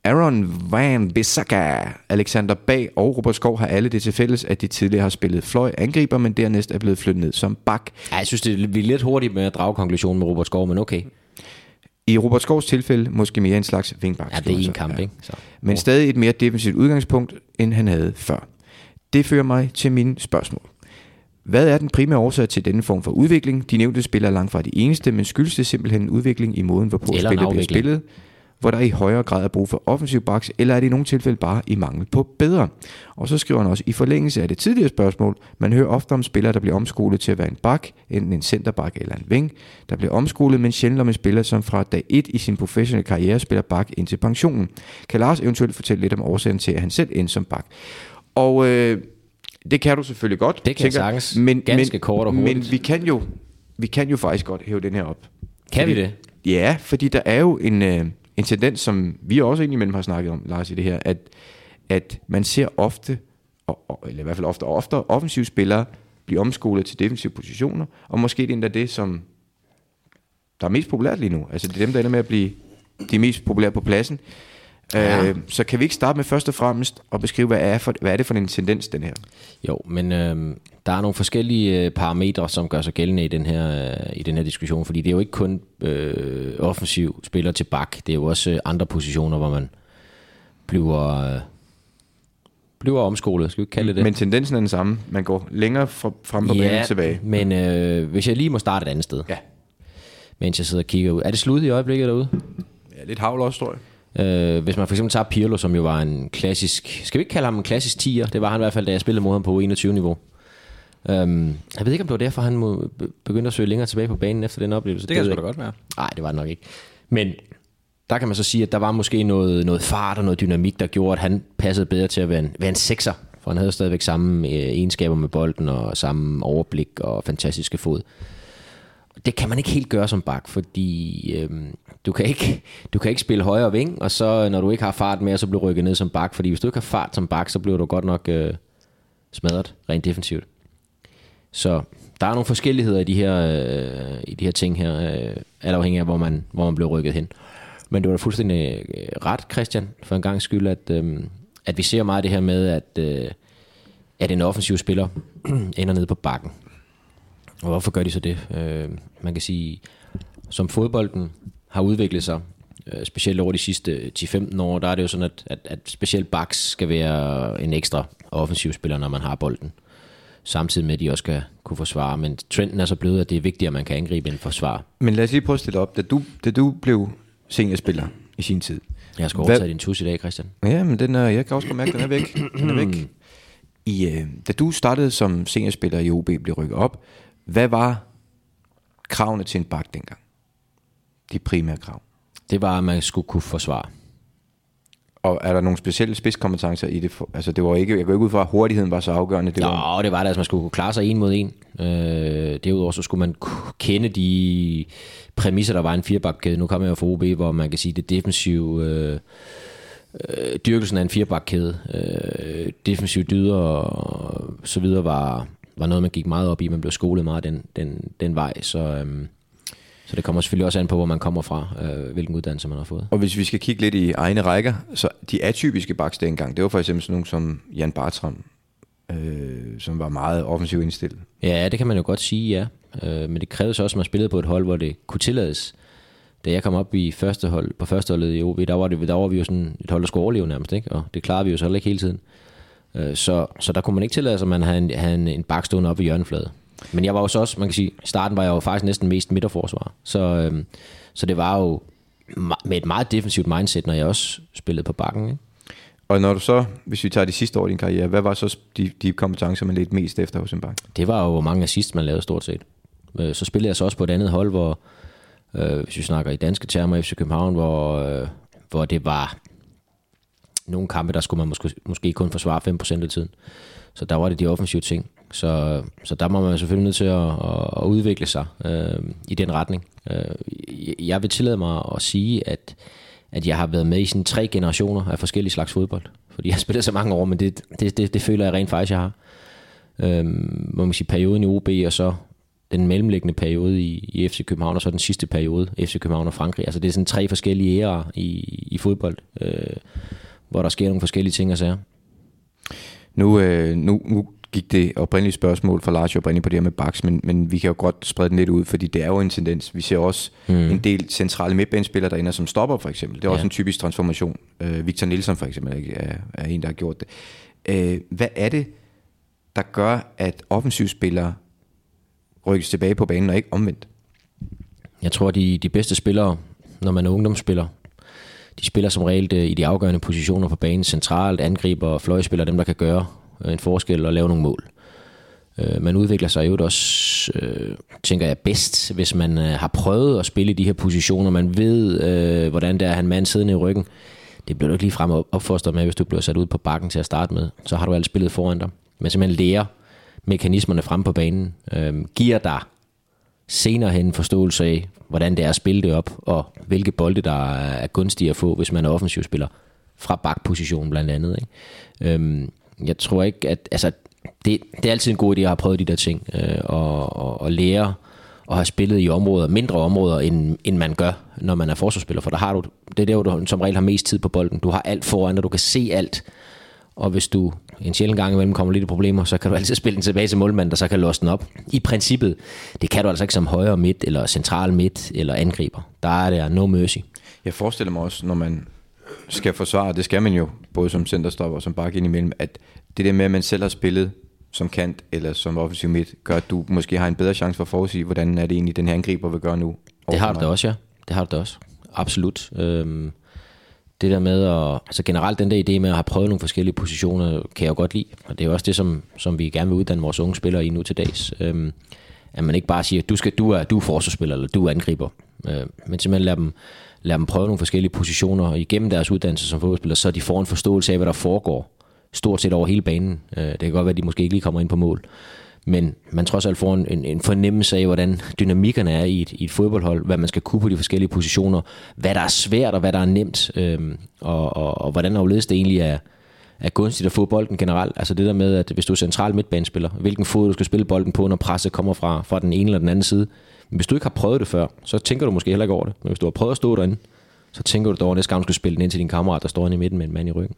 Aaron Van Bissaka, Alexander Bag og Robert Skov har alle det til fælles, at de tidligere har spillet fløj angriber, men dernæst er blevet flyttet ned som bak.
Ja, jeg synes, det er, vi er lidt hurtigt med at drage konklusionen med Robert Skov, men okay.
Mm. I Robert Skovs tilfælde måske mere en slags vingbak.
Ja, det
skriver
er
han
en
så.
kamp,
Ja.
ikke? Så.
Men stadig et mere defensivt udgangspunkt, end han havde før. Det fører mig til mine spørgsmål. Hvad er den primære årsag til denne form for udvikling? De nævnte spillere er langt fra de eneste, men skyldes det simpelthen en udvikling i måden, hvorpå
Eller en
spillet bliver
afvikling.
spillet? Hvor der i højere grad er brug for offensiv baks, eller er det i nogle tilfælde bare i mangel på bedre? Og så skriver han også, i forlængelse af det tidligere spørgsmål, man hører ofte om spillere, der bliver omskolet til at være en bak, enten en centerbak eller en ving, der bliver omskolet, men sjældent om en spiller, som fra dag 1 i sin professionelle karriere spiller bak indtil pensionen. Kan Lars eventuelt fortælle lidt om årsagen til, at han selv endte som bak? Og øh, det kan du selvfølgelig godt.
Det kan jeg sagtens. Ganske kort og
Men
hurtigt.
vi kan, jo, vi kan jo faktisk godt hæve den her op.
Kan vi det?
Ja, fordi der er jo en, øh, en tendens, som vi også indimellem har snakket om, Lars, i det her, at, at man ser ofte, og, og, eller i hvert fald ofte og oftere, offensive spillere blive omskolet til defensive positioner, og måske det er endda det, som der er mest populært lige nu. Altså det er dem, der ender med at blive de mest populære på pladsen. Ja. Øh, så kan vi ikke starte med først og fremmest at beskrive, hvad er, for, hvad er det for en tendens, den her?
Jo, men øh, der er nogle forskellige øh, parametre, som gør sig gældende i den her, øh, i den her diskussion, fordi det er jo ikke kun øh, offensiv spiller til bak, det er jo også øh, andre positioner, hvor man bliver, øh, bliver omskolet, skal vi ikke kalde det det?
Men tendensen er den samme. Man går længere fra, frem på ja. banen tilbage.
men øh, hvis jeg lige må starte et andet sted,
Ja.
mens jeg sidder og kigger ud. Er det slut i øjeblikket derude?
ja, lidt havl også, tror jeg.
Øh, hvis man for eksempel tager Pirlo, som jo var en klassisk... Skal vi ikke kalde ham en klassisk tiger? Det var han i hvert fald, da jeg spillede mod ham på 21-niveau. Øhm, jeg ved ikke, om det var derfor, han må- be- begyndte at søge længere tilbage på banen efter den oplevelse.
Det kan
ved
sgu
jeg
da godt være.
Nej, det var det nok ikke. Men der kan man så sige, at der var måske noget, noget fart og noget dynamik, der gjorde, at han passede bedre til at være en, være en sekser. For han havde stadigvæk samme øh, egenskaber med bolden og samme overblik og fantastiske fod. Det kan man ikke helt gøre som bak, fordi øhm, du, kan ikke, du kan ikke spille højre ving, og så øh, når du ikke har fart mere, så bliver du rykket ned som bak. Fordi hvis du ikke har fart som bak, så bliver du godt nok øh, smadret rent defensivt. Så der er nogle forskelligheder i de her, øh, i de her ting her, øh, alt afhængig af, hvor man, hvor man blev rykket hen. Men det var da fuldstændig øh, ret, Christian, for en gang skyld, at, øh, at vi ser meget det her med, at, øh, at en offensiv spiller <clears throat> ender nede på bakken. Og hvorfor gør de så det? Øh, man kan sige, som fodbolden har udviklet sig, øh, specielt over de sidste 10-15 år, der er det jo sådan, at, at, at specielt backs skal være en ekstra offensiv spiller, når man har bolden samtidig med, at de også skal kunne forsvare. Men trenden er så blevet, at det er vigtigere, at man kan angribe end forsvare.
Men lad os lige prøve at stille op. Da du, da du blev seniorspiller i sin tid.
Jeg skal
Hvad-
overtage din tus i dag, Christian.
Ja, men den er, jeg kan også godt mærke, den er væk. Den er væk. I, øh, da du startede som seniorspiller i OB, blev rykket op, hvad var kravene til en bak dengang? De primære krav.
Det var, at man skulle kunne forsvare.
Og er der nogle specielle spidskompetencer i det? For, altså det var ikke, jeg går ikke ud fra, at hurtigheden var så afgørende. Det var,
Nå, det var det, altså man skulle kunne klare sig en mod en. Øh, derudover så skulle man ku- kende de præmisser, der var i en firebakkæde. Nu kommer jeg fra OB, hvor man kan sige, det defensive... Øh, øh, dyrkelsen af en firebakkæde, øh, defensiv dyder og så videre var, var noget, man gik meget op i. Man blev skolet meget den, den, den vej, så, øhm, så det kommer selvfølgelig også an på, hvor man kommer fra, øh, hvilken uddannelse man har fået.
Og hvis vi skal kigge lidt i egne rækker, så de atypiske backs dengang, det var for eksempel sådan nogen som Jan Bartram, øh, som var meget offensiv indstillet.
Ja, det kan man jo godt sige, ja. Øh, men det krævede så også, at man spillede på et hold, hvor det kunne tillades. Da jeg kom op i første hold, på førsteholdet i OB, der var, det, der var vi jo sådan et hold, der skulle overleve nærmest, ikke? og det klarede vi jo så heller ikke hele tiden. Øh, så, så der kunne man ikke tillade sig, at man havde en, havde en, en bak stående oppe i hjørnefladet. Men jeg var jo så også, man kan sige, i starten var jeg jo faktisk næsten mest midterforsvar. Så, øh, så det var jo me- med et meget defensivt mindset, når jeg også spillede på bakken. Ikke?
Og når du så, hvis vi tager de sidste år i din karriere, hvad var så sp- de, de kompetencer, man lidt mest efter hos en bank?
Det var jo, hvor mange assist man lavede stort set. Øh, Så spillede jeg så også på et andet hold, hvor, øh, hvis vi snakker i danske termer, FC København, hvor, øh, hvor det var nogle kampe, der skulle man måske, måske kun forsvare 5% af tiden. Så der var det de offensive ting. Så, så der må man selvfølgelig nødt til at, at, at udvikle sig øh, i den retning. Øh, jeg- jeg vil tillade mig at sige, at, at jeg har været med i sådan tre generationer af forskellige slags fodbold. Fordi jeg har spillet så mange år, men det, det, det, det føler jeg rent faktisk, jeg har øhm, må man sige, perioden i OB, og så den mellemliggende periode i, i FC København, og så den sidste periode, FC København og Frankrig. Altså det er sådan tre forskellige æraer i, i fodbold, øh, hvor der sker nogle forskellige ting og sager.
Nu, øh, nu, nu gik det oprindelige spørgsmål fra Lars jo oprindeligt på det her med baks, men, men vi kan jo godt sprede den lidt ud, fordi det er jo en tendens. Vi ser også mm. en del centrale midtbanespillere, der ender som stopper for eksempel. Det er ja. også en typisk transformation. Øh, Victor Nielsen for eksempel ikke, er, er en, der har gjort det. Øh, hvad er det, der gør, at offensivspillere rykkes tilbage på banen og ikke omvendt?
Jeg tror, de, de bedste spillere, når man er ungdomsspiller, de spiller som regel øh, i de afgørende positioner på banen centralt, angriber og fløjspiller, dem der kan gøre øh, en forskel og lave nogle mål. Øh, man udvikler sig jo også, øh, tænker jeg, bedst, hvis man øh, har prøvet at spille i de her positioner. Man ved, øh, hvordan der er han mand siddende i ryggen. Det bliver du ikke lige frem opfostret med, hvis du bliver sat ud på bakken til at starte med. Så har du alt spillet foran dig. Man simpelthen lærer mekanismerne frem på banen. Øh, giver dig senere hen en forståelse af, hvordan det er at spille det op, og hvilke bolde, der er gunstige at få, hvis man er offensivspiller, fra bakpositionen blandt andet. Ikke? Øhm, jeg tror ikke, at... Altså, det, det er altid en god idé at have prøvet de der ting, øh, og, og, og lære og have spillet i områder, mindre områder, end, end man gør, når man er forsvarsspiller. For der har du, det er der, hvor du som regel har mest tid på bolden. Du har alt foran dig, du kan se alt. Og hvis du en sjældent gang imellem kommer lidt i problemer, så kan du altid spille den tilbage til målmanden, der så kan låse den op. I princippet, det kan du altså ikke som højre midt, eller central midt, eller angriber. Der er der no mercy.
Jeg forestiller mig også, når man skal forsvare, det skal man jo, både som centerstopper og som bakke indimellem, at det der med, at man selv har spillet som kant eller som offensiv midt, gør, at du måske har en bedre chance for at forudsige, hvordan er det egentlig, den her angriber vil gøre nu.
Det har
overfor
du
mig.
da også, ja. Det har du da også. Absolut. Øhm, det der med at, altså generelt den der idé med at have prøvet nogle forskellige positioner, kan jeg jo godt lide. Og det er jo også det, som, som vi gerne vil uddanne vores unge spillere i nu til dags. Øhm, at man ikke bare siger, du, skal, du, er, du er forsvarsspiller, eller du er angriber. Øh, men simpelthen lade dem, lade dem prøve nogle forskellige positioner, og igennem deres uddannelse som fodboldspiller, så de får en forståelse af, hvad der foregår stort set over hele banen. Øh, det kan godt være, at de måske ikke lige kommer ind på mål. Men man trods alt får en, en, en fornemmelse af, hvordan dynamikkerne er i et, i et fodboldhold, hvad man skal kunne på de forskellige positioner, hvad der er svært og hvad der er nemt, øhm, og, og, og hvordan overledes det egentlig er, er gunstigt at få bolden generelt. Altså det der med, at hvis du er central midtbanespiller, hvilken fod du skal spille bolden på, når presset kommer fra, fra den ene eller den anden side. Men hvis du ikke har prøvet det før, så tænker du måske heller ikke over det. Men hvis du har prøvet at stå derinde, så tænker du dog, næste gang du skal spille den ind til din kammerat, der står inde i midten med en mand i ryggen.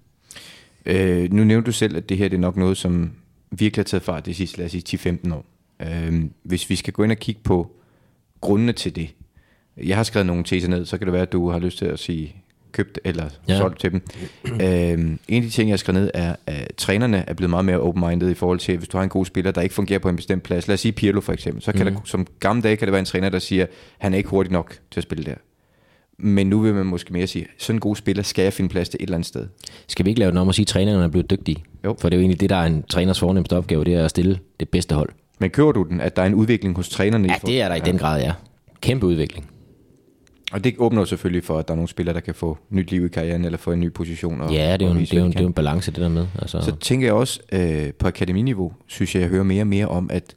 Øh, nu nævnte du selv, at det her det er nok noget, som virkelig har taget fart de sidste, lad os sige, 10-15 år. Øh, hvis vi skal gå ind og kigge på grundene til det. Jeg har skrevet nogle teser ned, så kan det være, at du har lyst til at sige købt eller ja.
Ja.
solgt til dem. øhm, en af de ting, jeg skrev ned, er, at trænerne er blevet meget mere open-minded i forhold til, hvis du har en god spiller, der ikke fungerer på en bestemt plads. Lad os sige Pirlo for eksempel. Så kan mm. der, som gamle dage kan det være en træner, der siger, han er ikke hurtig nok til at spille der. Men nu vil man måske mere sige, sådan en god spiller skal jeg finde plads til et eller andet sted.
Skal vi ikke lave den om og sige, at trænerne er blevet dygtige?
Jo.
For det er jo egentlig det, der er en træners fornemmeste opgave, det er at stille det bedste hold.
Men kører du den, at der er en udvikling hos trænerne? i
Ja,
forhold-
det er der i den grad, ja. Kæmpe udvikling.
Og det åbner jo selvfølgelig for, at der er nogle spillere, der kan få nyt liv i karrieren, eller få en ny position. Og,
Ja, det er jo
og
en,
vise,
det er jo
hvad
en,
de
det er jo
kan.
en balance, det der med. Altså,
Så tænker jeg også, øh, på akademiniveau, synes jeg, jeg hører mere og mere om, at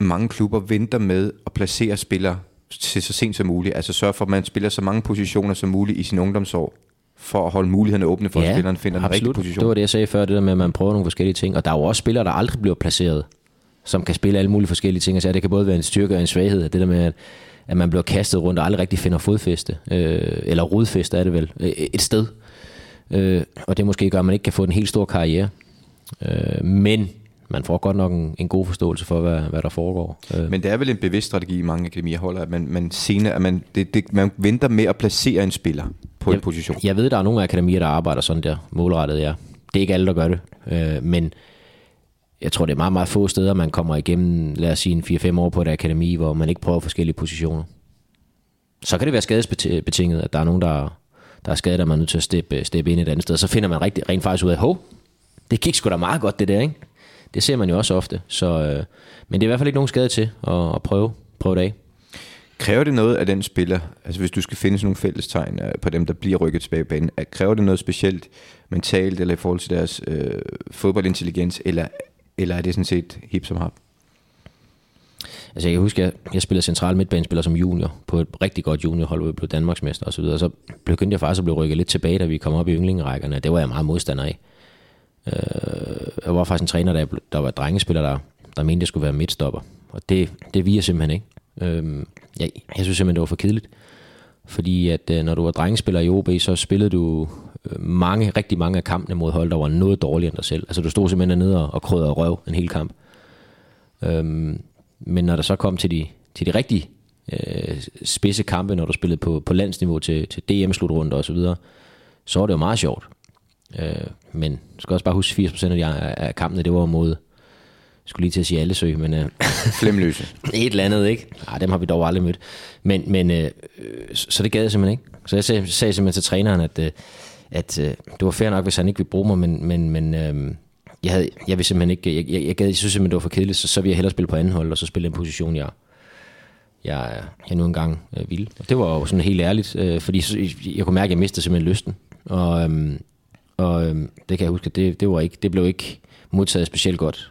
mange klubber venter med at placere spillere til så sent som muligt. Altså sørge for, at man spiller så mange positioner som muligt i sin ungdomsår, for at holde mulighederne åbne for, ja, at spilleren finder den rigtige position.
Det var det, jeg sagde før, det der med, at man prøver nogle forskellige ting. Og der er jo også spillere, der aldrig bliver placeret, som kan spille alle mulige forskellige ting. Så det kan både være en styrke og en svaghed. Det der med, at, at man bliver kastet rundt og aldrig rigtig finder fodfæste. Øh, eller rodfæste er det vel. Øh, et sted. Øh, og det måske gør, at man ikke kan få den helt store karriere. Øh, men man får godt nok en, en god forståelse for, hvad, hvad der foregår. Øh,
Men det er vel en bevidst strategi, mange akademier holder, at man, man, senere, at man, det, det, man venter med at placere en spiller på en position.
Jeg ved, der er nogle akademier, der arbejder sådan der, målrettet, ja. Det er ikke alle, der gør det, øh, men jeg tror, det er meget, meget få steder, man kommer igennem, lad os sige, en 4-5 år på et akademi, hvor man ikke prøver forskellige positioner. Så kan det være skadesbetinget, at der er nogen, der, der er skadet, og man er nødt til at steppe, steppe ind et andet sted. Så finder man rigtig, rent faktisk ud af, hov, det gik sgu da meget godt, det der, ikke? Det ser man jo også ofte. Så, øh, men det er i hvert fald ikke nogen skade til at, at prøve, prøve det af.
Kræver det noget af den spiller, altså hvis du skal finde sådan nogle fællestegn øh, på dem, der bliver rykket tilbage i banen, at kræver det noget specielt mentalt, eller i forhold til deres øh, fodboldintelligens, eller, eller er det sådan set hip som hop?
Altså jeg kan huske, jeg, jeg spillede central midtbanespiller som junior, på et rigtig godt juniorhold, hvor vi blev Danmarksmester osv. Så begyndte jeg faktisk at blive rykket lidt tilbage, da vi kom op i yndlingerækkerne. Det var jeg meget modstander af. Øh, jeg var faktisk en træner, der, der var drengespiller, der, der mente, jeg skulle være midtstopper. Og det, det viger simpelthen ikke. Øh, jeg, jeg synes simpelthen, det var for kedeligt. Fordi at øh, når du var drengespiller i OB, så spillede du øh, mange, rigtig mange af kampene mod hold, der var noget dårligere end dig selv. Altså du stod simpelthen dernede og, og krydrede røv en hel kamp. Øhm, men når der så kom til de, til de rigtige øh, spidse kampe, når du spillede på, på landsniveau til, til DM-slutrunde og så videre, så var det jo meget sjovt. Øh, men jeg skal også bare huske, 80% af, de, af af kampene, det var jo mod, jeg skulle lige til at sige Allesø, men øh,
Flemløse.
<laughs> et eller andet, ikke? Nej, dem har vi dog aldrig mødt. Men, men øh, øh, så så det gad jeg simpelthen ikke. Så jeg sagde, sagde simpelthen til træneren, at, øh, at øh, det var fair nok, hvis han ikke ville bruge mig, men, men, men øh, jeg, havde, jeg vil simpelthen ikke, jeg, jeg, jeg, gad, jeg synes simpelthen, det var for kedeligt, så, så ville jeg hellere spille på anden hold, og så spille den position, jeg, jeg, jeg nu engang øh, ville. Og det var jo sådan helt ærligt, øh, fordi så- jeg kunne mærke, at jeg mistede simpelthen lysten. Og, øhm, og øhm, det kan jeg huske, at det, det, var ikke, det blev ikke modtaget specielt godt. <laughs>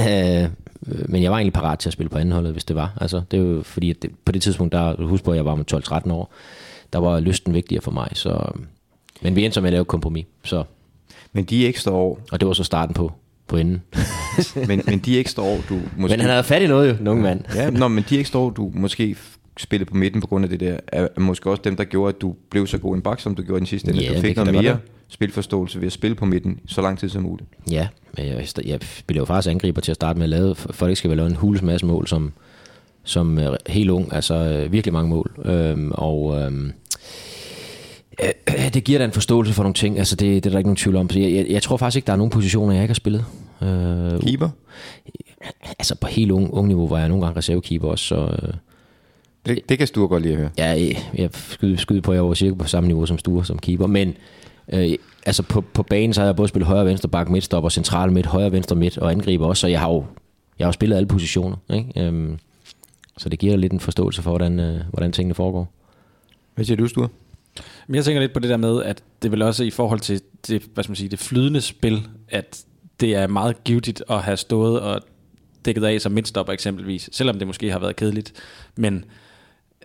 Øh, Men jeg var egentlig parat til at spille på andenholdet, hvis det var. Altså, det er jo fordi, at det, på det tidspunkt, der husk på, at jeg var med 12-13 år, der var lysten vigtigere for mig. Så, øhm, men vi endte så med at lave et kompromis. Så,
Men de ekstra år,
og det var så starten på, på enden.
men, men de ekstra år, du måske...
Men han havde fat i noget jo, den unge mand.
Ja, nå, men de ekstra år, du måske f- spillede på midten på grund af det der, er er måske også dem, der gjorde, at du blev så god en bak, som du gjorde i den sidste ende.
Ja,
du
det
fik
kan
noget
da godt
mere
være.
spilforståelse ved at spille på midten så lang tid som muligt.
Ja, men jeg, jeg blev jo faktisk angriber til at starte med at lave, for for det ikke skal være lavet en hules masse mål, som, som øh, helt ung, altså øh, virkelig mange mål. Øhm, og øhm, øh, det giver da en forståelse for nogle ting, altså det, det er der ikke nogen tvivl om. Så jeg, jeg, jeg tror faktisk ikke, der er nogen positioner, jeg ikke har spillet. Øh,
Keeper?
altså på helt ung, ung niveau var jeg nogle gange reservekeeper også, så øh,
Det, det kan Sture godt lide at høre.
jeg, jeg skyder, skyder på, at jeg var cirka på samme niveau som Sture som keeper, men øh, altså på, på banen, så har jeg både spillet højre, venstre, bak, midtstopper, central midt, højre, venstre, midt og angriber også, så jeg har jo, jeg har jo spillet alle positioner, ikke? Øhm, så det giver lidt en forståelse for, hvordan, øh, hvordan tingene foregår.
Hvad siger du, Sture?
Men jeg tænker lidt på det der med, at det vil også i forhold til det, hvad skal man sige, det flydende spil, at det er meget givetigt at have stået og dækket af som midtstopper eksempelvis, selvom det måske har været kedeligt. Men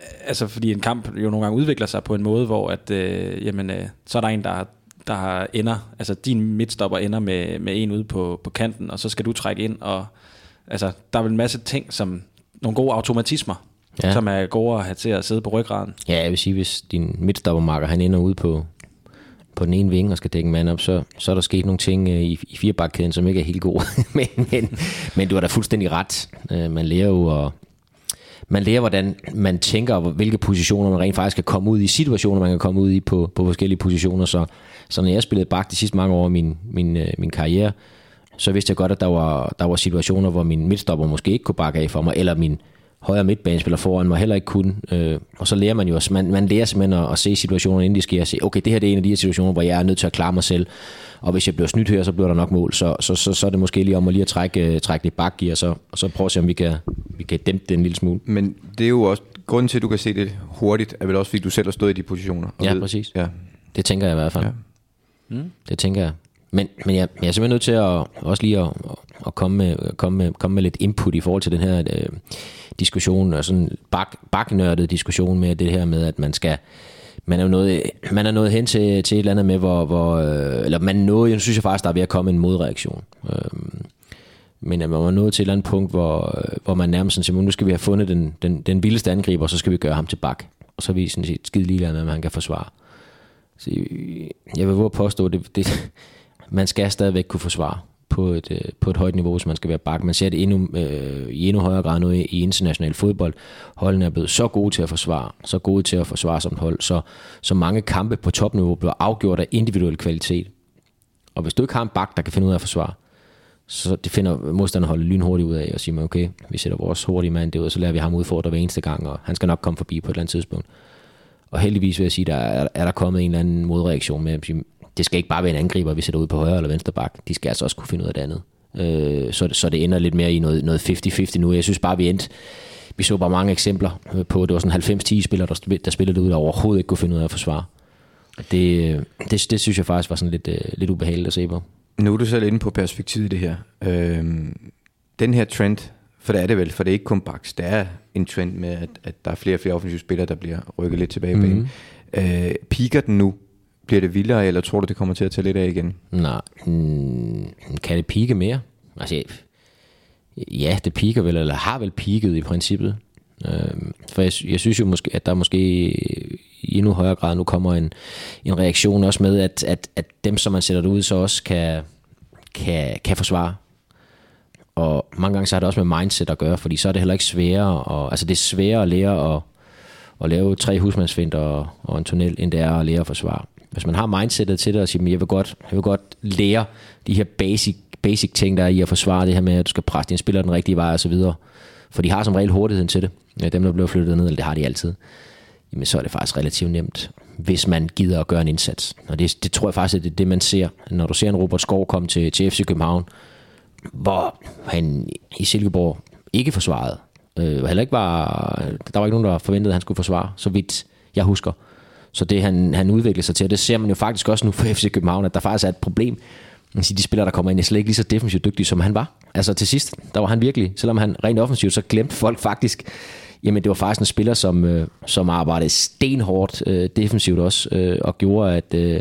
øh, altså, fordi en kamp jo nogle gange udvikler sig på en måde, hvor at, øh, jamen, øh, så er der en, der, der ender, altså din midtstopper ender med, med en ude på, på kanten, og så skal du trække ind, og altså, der er vel en masse ting, som nogle gode automatismer, ja.
Ja.
som er gode at have til at sidde på ryggraden.
Ja, jeg vil sige, hvis din midtstoppermarker, han ender ude på, på den ene vinge og skal dække en mand op, så, så er der sket nogle ting øh, i, i firebakkæden, som <laughs> ikke er helt gode. men, men, men du har da fuldstændig ret. Øh, man lærer jo at, man lærer, hvordan man tænker, og hvilke positioner man rent faktisk kan komme ud i, situationer man kan komme ud i på, på forskellige positioner. Så, så når jeg spillede bak de sidste mange år af min, min, øh, min karriere, så vidste jeg godt, at der var, der var situationer, hvor min midtstopper måske ikke kunne bakke af for mig, eller min højre midtbanespiller foran mig heller ikke kunne. Øh, og så lærer man jo også, man, man lærer simpelthen at, at se situationerne, inden de sker, og se, okay, det her det er en af de her situationer, hvor jeg er nødt til at klare mig selv, og hvis jeg bliver snydt her, så bliver der nok mål, så, så, så, så er det måske lige om at lige at trække, øh, trække lidt bak i, og så, og så prøve at se, om vi kan, vi kan dæmpe det en lille smule.
Men det er jo også, grunden til, at du kan se det hurtigt, er vel også, fordi du selv har stået i de positioner. Og
Ja,
ved-
præcis.
Ja.
Det tænker jeg i hvert fald. Ja. Mm. Det tænker jeg. Men, men jeg, jeg er simpelthen nødt til at, også lige at, at komme, med, komme, med, komme med lidt input i forhold til den her øh, diskussion, og sådan bak, baknørdet diskussion med det her med, at man skal man er jo nået, man er nået hen til, til et eller andet med, hvor, hvor øh, eller man nåede, jeg synes jeg faktisk, der er ved at komme en modreaktion. Øhm, men at man var nået til et eller andet punkt, hvor, øh, hvor man nærmest sådan siger, nu skal vi have fundet den, den, den vildeste angriber, og så skal vi gøre ham til bak. Og så er vi sådan set skide ligeglade med, om han kan forsvare. Så øh, jeg vil våge at påstå, det, det, man skal stadigvæk kunne forsvare på et, øh, på et højt niveau, hvis man skal være bak. Man ser det endnu, øh, i endnu højere grad nu i, i international fodbold. Holdene er blevet så gode til at forsvare, så gode til at forsvare som et hold, så, så mange kampe på topniveau bliver afgjort af individuel kvalitet. Og hvis du ikke har en bak, der kan finde ud af at forsvare, så det finder modstanderholdet lynhurtigt ud af og siger, man, okay, vi sætter vores hurtige mand derud, så lader vi ham udfordre hver eneste gang, og han skal nok komme forbi på et eller andet tidspunkt. Og heldigvis vil jeg sige, der er, er der kommet en eller anden modreaktion med, at sige, det skal ikke bare være en angriber, vi sætter ud på højre eller venstre bak. De skal altså også kunne finde ud af det andet. Øh, så, det- så det ender lidt mere i noget, noget 50-50 nu. Jeg synes bare, vi endte... Vi så bare mange eksempler øh, på, at det var sådan 90-10 spillere, der, spil- der spillede ud, der overhovedet ikke kunne finde ud af at forsvare. Og Det, øh, det, det synes jeg faktisk var sådan lidt, øh, lidt ubehageligt at se på.
Nu er du selv inde på perspektivet i det her. Øhm, den her trend, for det er det vel, for det er ikke kun baks, der er en trend med, at, at der er flere og flere offensive spillere, der bliver rykket lidt tilbage i
Mhm.
banen. Øh, piker den nu? Bliver det vildere, eller tror du, det kommer til at tage lidt af igen?
Nej, mm, kan det pike mere? Altså, jeg- ja, det piker vel, eller har vel piket i princippet. Øhm, for jeg, sy- jeg synes jo måske, at der måske i endnu højere grad nu kommer en, en reaktion også med, at, at, at dem, som man sætter det ud, så også kan, kan, kan forsvare. Og mange gange så har det også med mindset at gøre, fordi så er det heller ikke sværere, og, altså det er sværere at lære at, at lave tre husmandsfinder og, og en tunnel, end det er at lære at forsvare. Hvis man har mindsetet til det og siger, "Men jeg vil godt, jeg vil godt lære de her basic, basic ting, der er i at forsvare det her med, at du skal presse din spiller den rigtige vej og så videre. For de har som regel hurtigheden til det. Ja, Dem, der bliver flyttet ned, eller det har de altid. Jamen, så er det faktisk relativt nemt, hvis man gider at gøre en indsats. Og det, det tror jeg faktisk, at det er det, man ser. Når du ser en Robert Skov komme til, til FC København, hvor han i Silkeborg ikke forsvarede. Øh, heller ikke var, der var ikke nogen, der forventede, at han skulle forsvare, så vidt jeg husker. Så det, han, han udviklede sig til, og det ser man jo faktisk også <laughs> nu for FC København, at der faktisk er et problem. Man siger, de spillere, der kommer ind, er slet ikke lige så defensivt dygtige, som han var. Altså til sidst, der var han virkelig, selvom han rent offensivt, så glemte folk faktisk, jamen det var faktisk en spiller, som, øh, som arbejdede stenhårdt øh, defensivt også, øh, og gjorde, at, øh,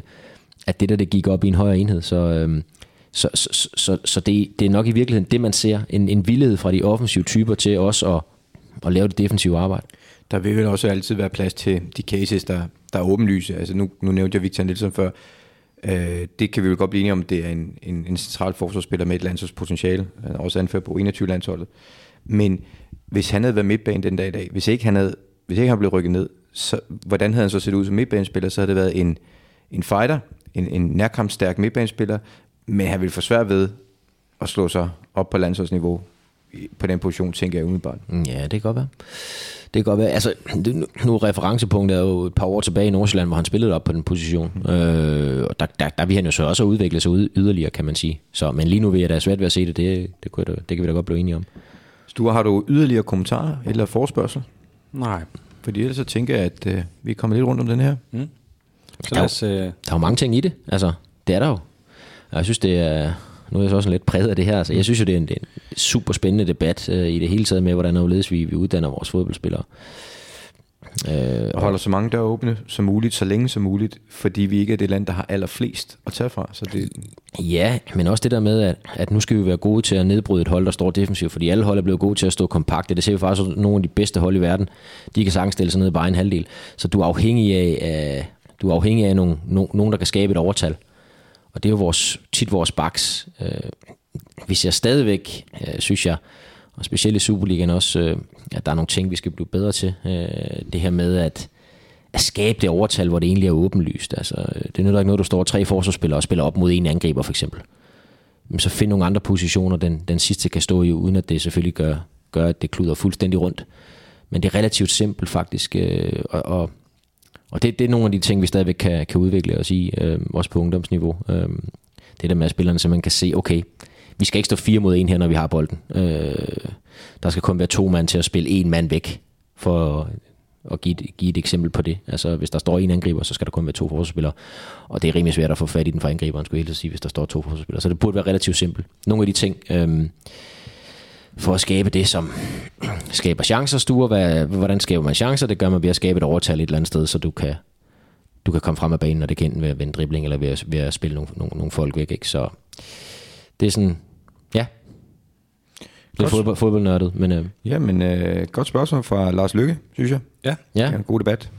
at det der, det gik op i en højere enhed. Så, øh, så, så, så- så, så det, det er nok i virkeligheden det, man ser. En, en vildhed fra de offensive typer til også at, at lave det defensive arbejde.
Der vil vel også altid være plads til de cases, der, der er åbenlyse. Altså nu, nu nævnte jeg Victor Nielsen før. Øh, det kan vi vel godt blive enige om, det er en, en, en central forsvarsspiller med et landsholdspotentiale. Han er også anført på 21-landsholdet. Men hvis han havde været midtbane den dag i dag, hvis ikke han, havde, hvis ikke han blev rykket ned, så, hvordan havde han så set ud som midtbanespiller? Så havde det været en, en fighter, en, en nærkampstærk midtbanespiller, men han ville få svært ved at slå sig op på landsholdsniveau i- på den position, tænker jeg umiddelbart.
Mm, Ja, det kan godt være. Det kan godt være. Altså, det- nu- nu er referencepunktet er jo et par år tilbage i Nordsjælland, hvor han spillede op på den position. Øh, og der, der, der vil han jo så også udvikle sig ud, yderligere, kan man sige. Så, men lige nu vil jeg da svært ved at se det. Det, det, kunne jeg da, det kan vi da godt blive enige om.
Sture, har du yderligere kommentarer eller forspørgsel?
Nej.
Fordi ellers så tænker jeg, at øh, vi kommer lidt rundt om den her.
Så lad os, øh,
Der er jo mange ting i det. Altså, det er der jo. Og jeg synes, det er... Nu er jeg så også sådan lidt præget af det her. Altså, jeg synes jo, det er en, det er en super spændende debat øh, i det hele taget med, hvordan og hvorledes vi, vi uddanner vores fodboldspillere. Øh,
Og holder så mange døre åbne som muligt, så længe som muligt, fordi vi ikke er det land, der har allerflest at tage fra. Så det,
ja, men også det der med, at, at nu skal vi være gode til at nedbryde et hold, der står defensivt, fordi alle hold er blevet gode til at stå kompakte. Det ser vi faktisk også nogle af de bedste hold i verden. De kan sagtens stille sig ned bare en halvdel. Så du er afhængig af, af, du er afhængig af nogen, no, nogen, der kan skabe et overtal. Og det er jo vores, tit vores baks. Øh, vi ser stadigvæk, øh, synes jeg, og specielt i Superligaen også, øh, at der er nogle ting, vi skal blive bedre til. Øh, det her med at, at skabe det overtal, hvor det egentlig er åbenlyst. Altså, øh, det nytter ikke noget, du står tre forsvarsspillere og spiller op mod en angriber, for eksempel. Men så find nogle andre positioner, den, den sidste kan stå i, uden at det selvfølgelig gør, gør, at det kluder fuldstændig rundt. Men det er relativt simpelt faktisk, øh, og, og, og det, det er nogle af de ting, vi stadigvæk kan, kan udvikle os i, øh, også på ungdomsniveau. Øh, det der med, at spillerne simpelthen kan se, okay, vi skal ikke stå fire mod en her, når vi har bolden. Øh, der skal kun være to mand til at spille en mand væk, for at give et, give et eksempel på det. Altså, hvis der står en angriber, så skal der kun være to forsvarsspillere. Og det er rimelig svært at få fat i den fra angriberen, skulle jeg helst sige, hvis der står to forsvarsspillere. Så det burde være relativt simpelt. Nogle af de ting, øh, for at skabe det, som skaber chancer, stuer. Hvad, hvordan skaber man chancer? Det gør man ved at skabe et overtal et eller andet sted, så du kan, du kan komme frem af banen, og det kan enten være ved en dribling, eller ved at, ved at spille nogle, nogle, nogle folk væk. Ikke? Så det er sådan, ja, det er
Godt.
fodbold, fodboldnørdet, men øh,
Jamen, øh, godt spørgsmål fra Lars Lykke, synes jeg.
Ja,
ja.
Ja, en god debat.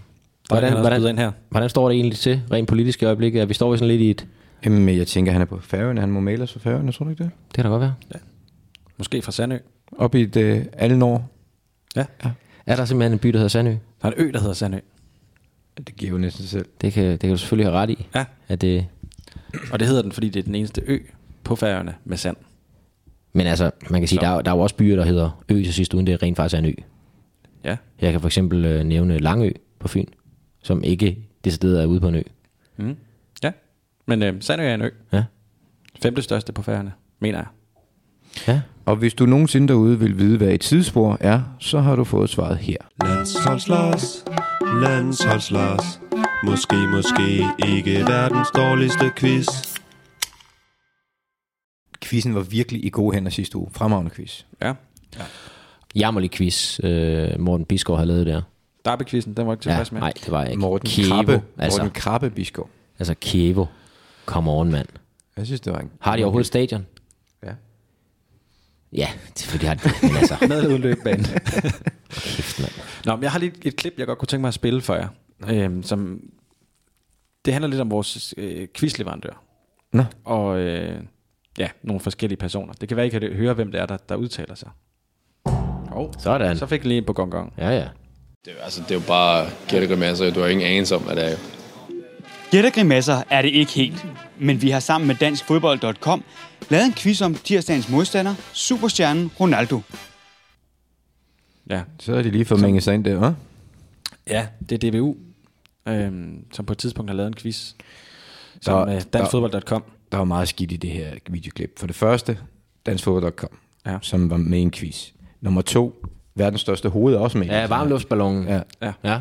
Hvordan, hvordan,
ind her?
hvordan står det egentlig til, rent politisk i øjeblikket? At vi står jo sådan lidt i et...
Jamen, jeg tænker, han er på færøerne. Han må male os fra færøerne, tror du ikke det?
Det kan da godt være.
Måske fra Sandø.
Op i et øh, Alnor.
Ja. ja.
Er der simpelthen en by, der hedder Sandø?
Der er en ø, der hedder Sandø.
Det giver jo næsten sig selv.
Det kan, det kan du selvfølgelig have ret i.
Ja.
At det,
Og det hedder den, fordi det er den eneste ø på færøerne med sand.
men altså, man kan sige, der er, jo- der er jo også byer, der hedder Ø til sidst, uden det rent faktisk er en ø.
Ja.
Jeg kan for eksempel øh, nævne Langø på Fyn, som ikke decideret er ude på en ø.
Mm. Ja. Men øh, Sandø er en ø.
Ja.
Femte største på færøerne, mener jeg.
Ja.
Og hvis du nogensinde derude vil vide, hvad et tidsspor er, så har du fået svaret her.
Landsholds Lars, Landsholds Lars. Måske, måske ikke verdens dårligste quiz.
Quizzen var virkelig i gode hænder sidste uge. Fremragende quiz.
Ja.
Jammerlig quiz, øh, Morten Bisgaard har lavet der.
Derby-quizzen, den var jeg ikke tilfreds
Ja,
med.
nej, det var jeg ikke.
Morten
Kievo,
Krabbe. Altså.
Altså,
Morten Krabbe, Biskov.
altså Kievo. Come on, mand.
Jeg synes, det var en...
Har de overhovedet stadion?
Ja.
Ja, selvfølgelig har de det, men
<laughs>
altså,
Med eller uden løbebane.
kæft, mand.
Nå, men jeg har lige et klip, jeg godt kunne tænke mig at spille for jer. Øhm, som det handler lidt om vores øh, quizleverandør.
Nå.
Og øh, ja, nogle forskellige personer. Det kan være, I kan høre, hvem det er, der, der udtaler sig. Oh,
Sådan.
så fik jeg lige en på gong gong.
Ja, ja.
Det, er- altså, det er jo bare gættegrimasser, du har ingen anelse om, hvad det er. jo.
Gættergrimasser er det ikke helt, men vi har sammen med danskfodbold.com lavet en quiz om tirsdagens modstander, superstjernen Ronaldo.
Ja.
Så er de lige fået mænget sig ind der, hva'?
ja, det er DBU, øhm, som på et tidspunkt har lavet en quiz
Der-
sammen
øh,
med
der-
danskfodbold.com.
Der var meget skidt i det her videoklip. For det første, danskfodbold.com,
Ja.
ja. som var med i en quiz. Nummer to, verdens største hoved er også med. i
Ja,
den.
varmluftballonen.
Ja.
Ja.
ja.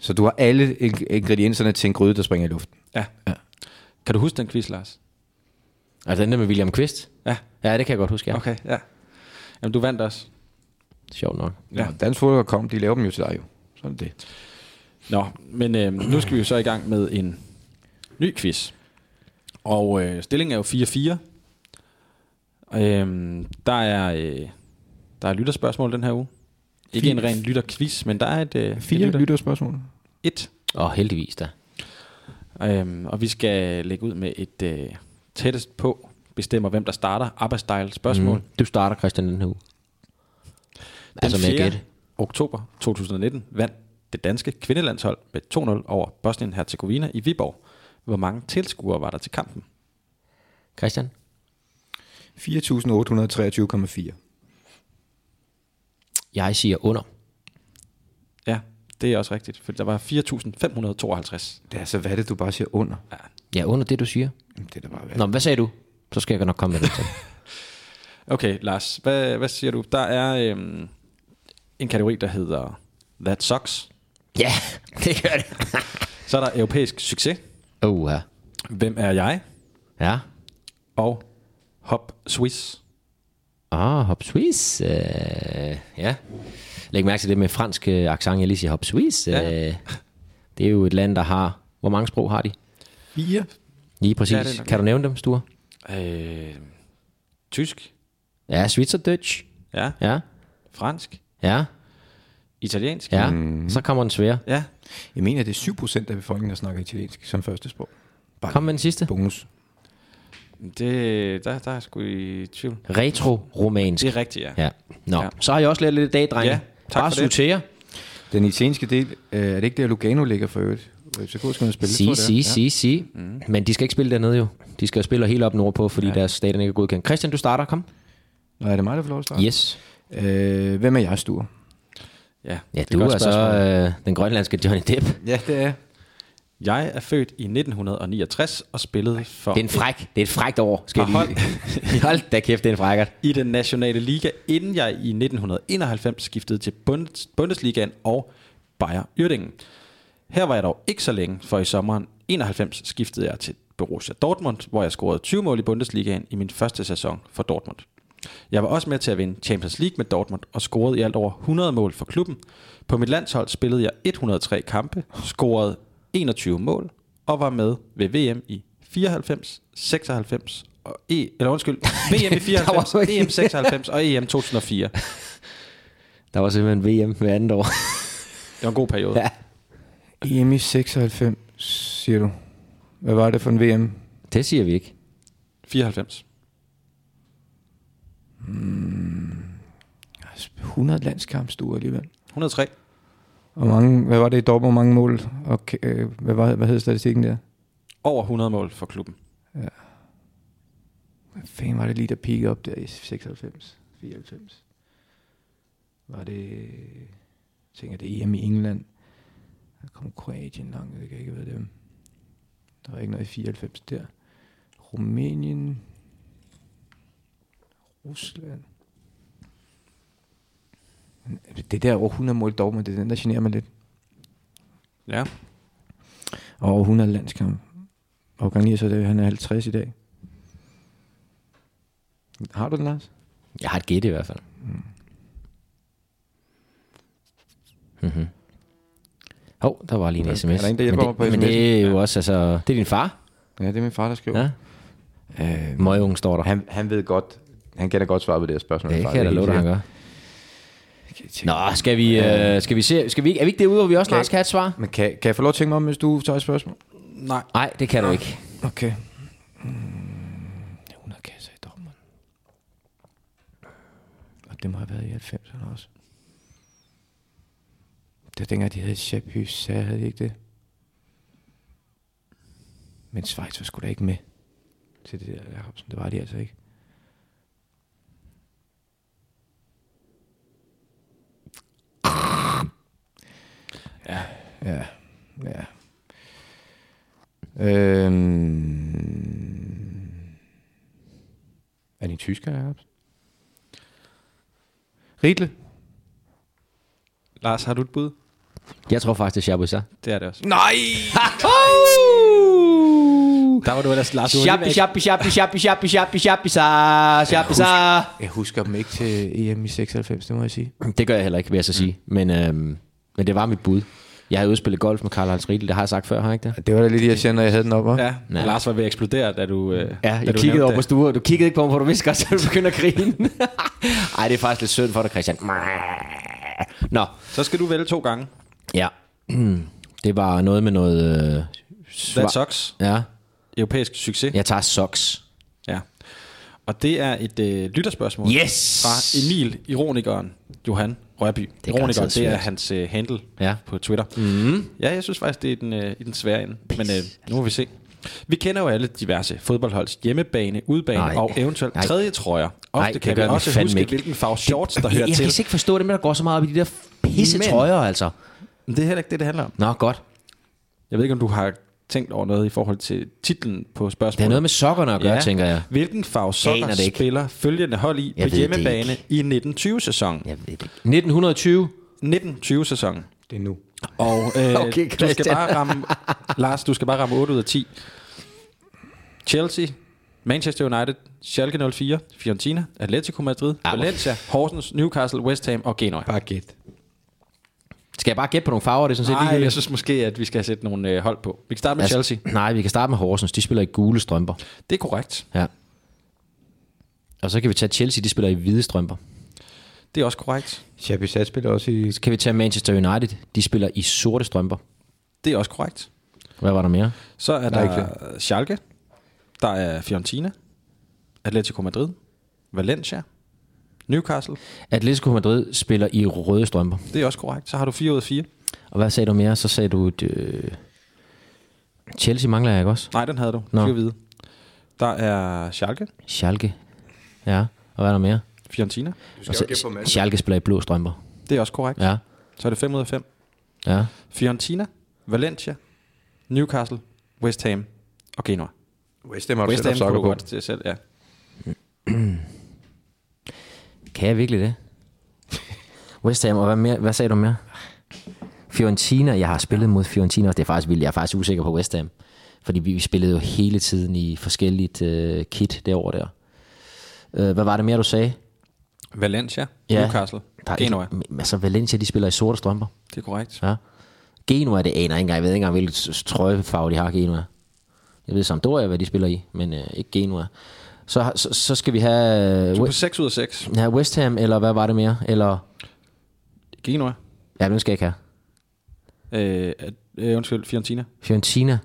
Så du har alle ing- ingredienserne til en gryde, der springer i luften.
Ja. ja. Kan du huske den quiz, Lars?
Altså den der med William Quist.
Ja.
Ja, det kan jeg godt huske, ja.
Okay, ja. Jamen, du vandt også.
Sjovt nok.
Ja.
Ja. Og danskfodbold.com, de laver dem jo til dig jo. Sådan er det.
Nå, men øh, nu skal vi jo så i gang med en ny quiz. Og øh, stillingen er jo 4-4. Øh, der, er, øh, der er lytterspørgsmål den her uge. Ikke en ren lytterquiz, men der er et, øh, et
Fire lytterspørgsmål.
et.
Og heldigvis da.
Øh, og vi skal lægge ud med et øh, tættest på, bestemmer hvem der starter, arbejdsstyle spørgsmål. Mm.
Du starter, Christian, den her uge. Altså med at gætte.
oktober 2019 vandt det danske kvindelandshold med 2-0 over Bosnien-Herzegovina i Viborg. Hvor mange tilskuere var der til kampen?
Christian?
4.823,4.
Jeg siger under.
Ja, det er også rigtigt, for der var 4.552.
Det er altså, hvad er det, du bare siger under?
Ja, under det, du siger.
Jamen, det er da bare
Nå, men hvad sagde du? Så skal jeg nok komme med
<laughs>
det. til.
Okay, Lars, hvad, hvad siger du? Der er øhm, en kategori, der hedder That Sucks.
ja, det gør det.
Så er der europæisk succes.
Åh, ja.
Hvem er jeg?
Ja.
Og Hop Swiss.
Ah, hop Swiss. Øh, ja. Læg mærke til det med fransk øh, accent, jeg lige siger hop Swiss. Øh,
Ja.
det er jo et land, der har... Hvor mange sprog har de?
Fire.
Lige
Ja, det
præcis.
er
Ja,
nok
kan du nævne dem, Sture?
Øh, tysk.
Ja, Schweizerdeutsch.
Ja.
Ja.
Fransk.
Ja.
Italiensk.
Ja. Mm. Så kommer den svære.
ja.
Jeg mener, det er 7 procent af befolkningen, der snakker italiensk som første sprog. Bare
Kom med den sidste.
bonus.
Det, der, der er sgu i tvivl.
Retro-romansk.
Det er rigtigt, ja.
Ja. Nå,
Ja.
ja. så har jeg også lært lidt i dag, drenge.
Ja, tak
Bare
for det.
sortere.
Den italienske del, øh, er det ikke der, Lugano ligger for øvrigt? FCK skal man spille, tror
Si,
jeg, det er.
si, si, si. Men de skal ikke spille dernede jo. De skal jo spille helt op nordpå, fordi ja. deres stadion ikke er godkendt. Christian, du starter, kom.
Ja. Nå, er det mig, der får lov at starte?
Yes.
Øh, hvem er jeg, Sture?
Ja,
Ja,
det
du
godt
er så
spørgsmål.
øh, den grønlandske Johnny Depp.
Ja, det er
Jeg er født i 1969 og spillede for
Det er en fræk. Det er et frækt år, skal jeg
Og
lige. <laughs> Hold da kæft, det er en frækkert.
i den nationale liga, inden jeg i 1991 skiftede til Bundes- Bundesligaen og Bayer Uerdingen. Her var jeg dog ikke så længe, for i sommeren 91 skiftede jeg til Borussia Dortmund, hvor jeg scorede 20 mål i Bundesligaen i min første sæson for Dortmund. Jeg var også med til at vinde Champions League med Dortmund og scorede i alt over 100 mål for klubben. På mit landshold spillede jeg 103 kampe, scorede 21 mål og var med ved VM i 94, 96 og E, eller undskyld,
<laughs>
VM i
Der var
94,
jo ikke-
EM 96 og E EM 2004. Det
Der var simpelthen VM hver andet år.
var en god periode.
<laughs> Ja.
EM i 96, siger du. Hvad var det for en VM?
Det siger vi ikke.
94.
100 landskampstuer alligevel.
103.
Og mange, hvad var det i Dortmund? Hvor mange mål? Og, ka- øh, hvad, var, hvad hed statistikken der?
Over 100 mål for klubben.
Hvad fanden var det lige, der peakede op der i 96, 94? Var det... Jeg tænker, det er EM i England. Der kom Kroatien langt, jeg kan ikke ved dem. Der var ikke noget i 94 der. Rumænien. Rusland. Men Det der over 100 mål dog, men det er den, der generer mig lidt.
Ja.
Og over 100 landskamp. Og gang i så er det, han er 50 i dag. Har du den, Lars?
Jeg har et gæt i hvert fald. Mm. Mm-hmm. Hov, der var lige en
Er-
sms.
er der en, der hjælper
men det,
mig på
Men det er
sms'en?
jo også, altså... Det er din far.
Ja, det er min far, der skriver.
Ja.
Øh,
Møgung står der.
han, han ved godt, han kender godt svaret på det her spørgsmål.
Det
far.
kan jeg da love dig, han gør. Nå, skal vi, øh, skal vi se... Skal vi, ikke- er vi ikke derude, hvor vi også snart skal have et svar?
Men kan, kan jeg få lov at tænke mig om, hvis du tager et spørgsmål?
Nej.
Nej, det kan du ikke.
Okay. Mm, 100 kasser i Dortmund. Og det må have været i 90'erne også. Det var dengang, de havde Chapuis, så havde de ikke det. Men Schweiz var sgu da ikke med til det der Jacobsen. Det var de altså ikke. Ja. Ja. Ja. Øhm... Er det en tysker, Jacobs? Riedle?
Lars, har du et bud?
Jeg tror faktisk, det er Shabuza.
Det er det også.
Nej!
Der var du ellers, Lars. Du var lige
Shabbi,
ved-
shabbi, shabbi, shabbi, shabbi, shabbi, shabbi, sa, shabbi, sa.
Jeg husker dem ikke til EM i 96, det må jeg sige.
Det gør jeg heller ikke, vil jeg så sige. Men, øhm, men det var mit bud. Jeg havde udspillet golf med Karl Hans Riedel, det har jeg sagt før, har jeg ikke det?
Det var da lidt irriterende, når jeg havde den op, hva'?
Ja, Nej. Lars var ved at eksplodere, da du... Øh, da
Ja, jeg
du
kiggede
nævnte
over på
det.
stuer, du kiggede ikke på mig, for du vidste godt, at du begyndte at grine. <laughs> Ej, det er faktisk lidt synd for dig, Christian. Nå,
Så skal du vælge to gange.
ja. <clears throat> Det var noget med noget... Øh,
That
svar-
sucks.
Ja,
Europæisk succes.
jeg tager socks.
Ja. Og det er et øh, lytterspørgsmål
Yes!
fra Emil, ironikeren Johan Rørby.
er
Ironikeren,
garanteret
det er
svært.
hans øh, handle ja.
Ja.
på Twitter. Mm-hmm. Ja, jeg synes faktisk, det er den, øh, i den svære ende. Men øh, nu må vi se. Vi kender jo alle diverse fodboldholds hjemmebane, udbane Nej.
Nej.
og eventuelt
Nej.
tredje trøjer. Ofte
Nej,
Nej,
det
kan vi
gør vi
også
fandme
huske, ikke.
ikke.
hvilken farve shorts, der
jeg,
hører
jeg
til.
kan slet ikke forstå dem, der går så meget op i de der pisse
Men-
trøjer, altså.
Men det er heller ikke det, det handler om.
Nå, godt.
Jeg ved ikke, om du har tænkt over noget i forhold til titlen på spørgsmålet.
Det har noget med sokkerne at gøre, ja. tænker jeg.
Hvilken farve
Aner
sokker
det ikke.
spiller følgende hold i
Jeg ved
på
det
hjemmebane
ikke.
i 1920-sæsonen?
Jeg ved det ikke. 1920.
1920-sæsonen.
Det er nu.
Og øh,
<laughs> Okay,
okay, du skal
Christian.
bare ramme, Lars, du skal bare ramme 8 ud af 10. Chelsea, Manchester United, Schalke 04, Fiorentina, Atletico Madrid,
Au.
Valencia, Horsens, Newcastle, West Ham og Genoa.
Bare gæt.
Skal jeg bare gætte på nogle farver? Det er sådan set
Nej,
ligegyldigt.
jeg synes måske, at vi skal sætte nogle øh, hold på. Vi kan starte med Chelsea.
Altså- Nej, vi kan starte med Horsens. De spiller i gule strømper.
Det er korrekt.
Ja. Og så kan vi tage Chelsea, de spiller i hvide strømper.
Det er også korrekt.
Chabisat spiller også i...
Så kan vi tage Manchester United, de spiller i sorte strømper.
Det er også korrekt.
Hvad var der mere?
Så er
Der
der,
er
der Schalke, der er Fiorentina, Atletico Madrid, Valencia, Newcastle.
Atletico Madrid spiller i røde strømper.
Det er også korrekt. Så har du 4 ud af 4.
Og hvad sagde du mere? Så sagde du... Øh, Chelsea mangler jeg ikke også?
Nej, den havde du.
Nå.
Fire hvide. Der er Schalke,
Schalke. Ja, og hvad er der mere?
Fiorentina.
Du skal jo gætte på Malmø.
Schalke spiller i blå strømper.
Det er også korrekt.
Ja,
Så er det 5 ud af 5.
ja.
Fiorentina, Valencia, Newcastle, West Ham og Genoa.
West Ham har du
West
selv
Ham
haft sokker
kunne
på.
godt til selv, ja.
Kan jeg virkelig det? <laughs> West Ham, og hvad, mere, hvad sagde du mere? Fiorentina, jeg har spillet mod Fiorentina, og det er faktisk vildt. Jeg er faktisk usikker på West Ham. Fordi vi, vi spillede jo hele tiden i forskelligt øh, kit derovre der. Øh, hvad var det mere, du sagde?
Valencia,
Ja.
Newcastle,
Der er
Genoa.
Et, men altså Valencia, de spiller i sorte strømper.
Det er korrekt.
Ja. Genoa, det aner jeg ikke engang. Jeg ved ikke engang, hvilket s- trøjefarve de har Genoa. Jeg ved Sampdoria, hvad de spiller i, men øh, ikke Genoa. Så, har- så, så skal vi have, øh,
Du er på 6 ud af 6.
have West Ham, eller hvad var det mere? Eller,
Genoa.
ja, den skal jeg ikke have.
Øh, at- øh, undskyld, Fiorentina
Fiorentina.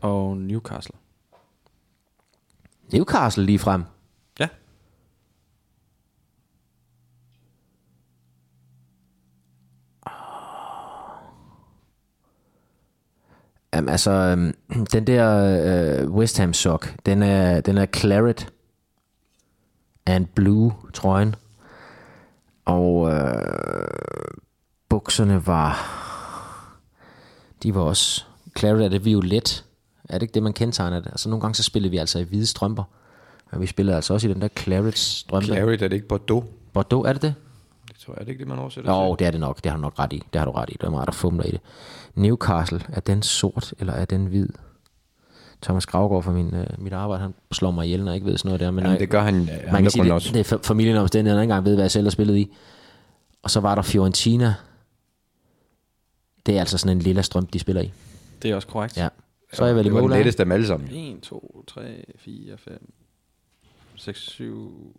og Newcastle.
Newcastle lige frem.
Ja.
Jamen, altså, øhm, <clears throat> den der øh, West Ham sok, den er, den er claret and blue trøjen. Og øh, bukserne var... De var også... Claret er det violet. Er det ikke det, man kendetegner det? Altså, nogle gange så spillede vi altså i hvide strømper. Men vi spillede altså også i den der claret strømpe.
Claret er det ikke Bordeaux?
Bordeaux, er det det?
Det tror jeg, er det ikke det, man oversætter
Jo, det er det nok. Det har du nok ret i. Det har du ret i. Det er meget, der fumler i det. Newcastle, er den sort, eller er den hvid? Thomas Gravgaard fra min, øh, mit arbejde, han slår mig ihjel, når jeg ikke ved sådan noget der. Men
Jamen,
når-
det gør han
man kan
100
sige,
kroner
det,
også.
det er fa- familien og omstændigheden, ikke engang ved, hvad jeg selv har spillet i. Og så var der Fiorentina. Det er altså sådan en lille strømpe, de spiller i.
Det er også korrekt.
Ja. Så er jeg vel i
Det var
mål.
den
er jeg?
letteste af dem alle sammen.
1, 2, 3, 4, 5, 6, 7...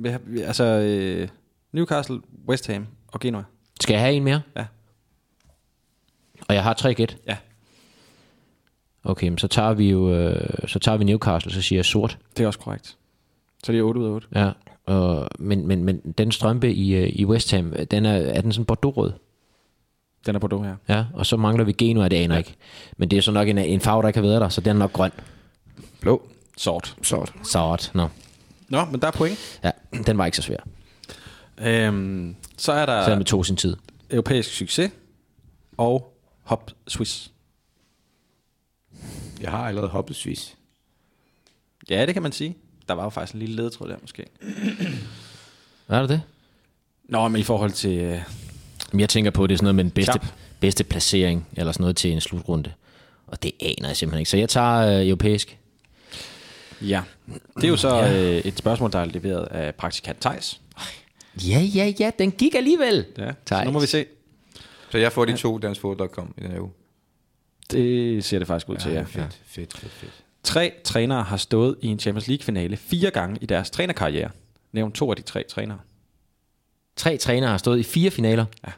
Vi har, vi, altså, øh, Newcastle, West Ham og Genoa.
Skal jeg have en mere?
Ja.
Og jeg har tre gæt.
Ja,
Okay, men så tager vi jo øh, så tager vi Newcastle, så siger jeg sort.
det er også korrekt. Så det er 8 ud af 8.
Ja, og, men, men, men den strømpe i, øh, i West Ham, den er, er den sådan bordeaux
Den er Bordeaux her.
Ja, og så mangler vi Genoa, det aner jeg ikke. Men det er så nok en, en farve, der kan være der, så den er nok grøn.
Blå.
Sort.
Sort.
Sort, nå.
Nå, men der er point.
Ja, den var ikke så svær.
Øhm, så er der
Så med to sin tid.
europæisk succes og Hop Swiss.
Jeg har allerede hoppet Swiss.
Ja, det kan man sige. Der var jo faktisk en lille ledetråd der måske.
Er det det?
Nå, men i forhold til... Øh,
Jamen, jeg tænker på, at det er sådan noget med den bedste,
Chap.
bedste placering, eller sådan noget til en slutrunde. Og det aner jeg simpelthen ikke. Så jeg tager øh, europæisk.
ja. Det er jo så øh, et spørgsmål, der er leveret af praktikant Tejs.
Ja, ja, ja, den gik alligevel.
så nu må vi se.
Så jeg får de to danskfod.com i den her uge.
Det ser det faktisk ud til, ja.
Fedt, fedt, fedt, fedt.
Tre trænere har stået i en Champions League-finale fire gange i deres trænerkarriere. Nævn to af de tre trænere.
Tre trænere har stået i fire finaler.
Ja.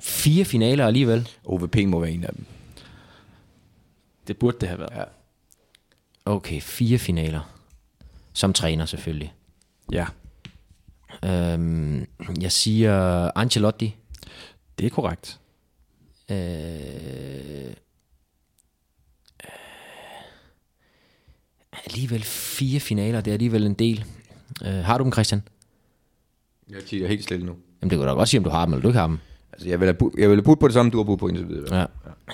Fire finaler alligevel.
OVP må være en af dem.
Det burde det have været. Ja.
Okay, fire finaler. Som træner selvfølgelig.
ja.
Øhm, jeg siger Ancelotti.
Det er korrekt.
Øh, øh, alligevel fire finaler, det er alligevel en del. Øh, har du dem, Christian?
Jeg kigger helt stille nu.
Jamen, det kan du da godt sige, om du har dem, eller du ikke har dem.
Altså, jeg vil have, bu- jeg vil have budt på det samme, du har budt på indtil videre.
Ja.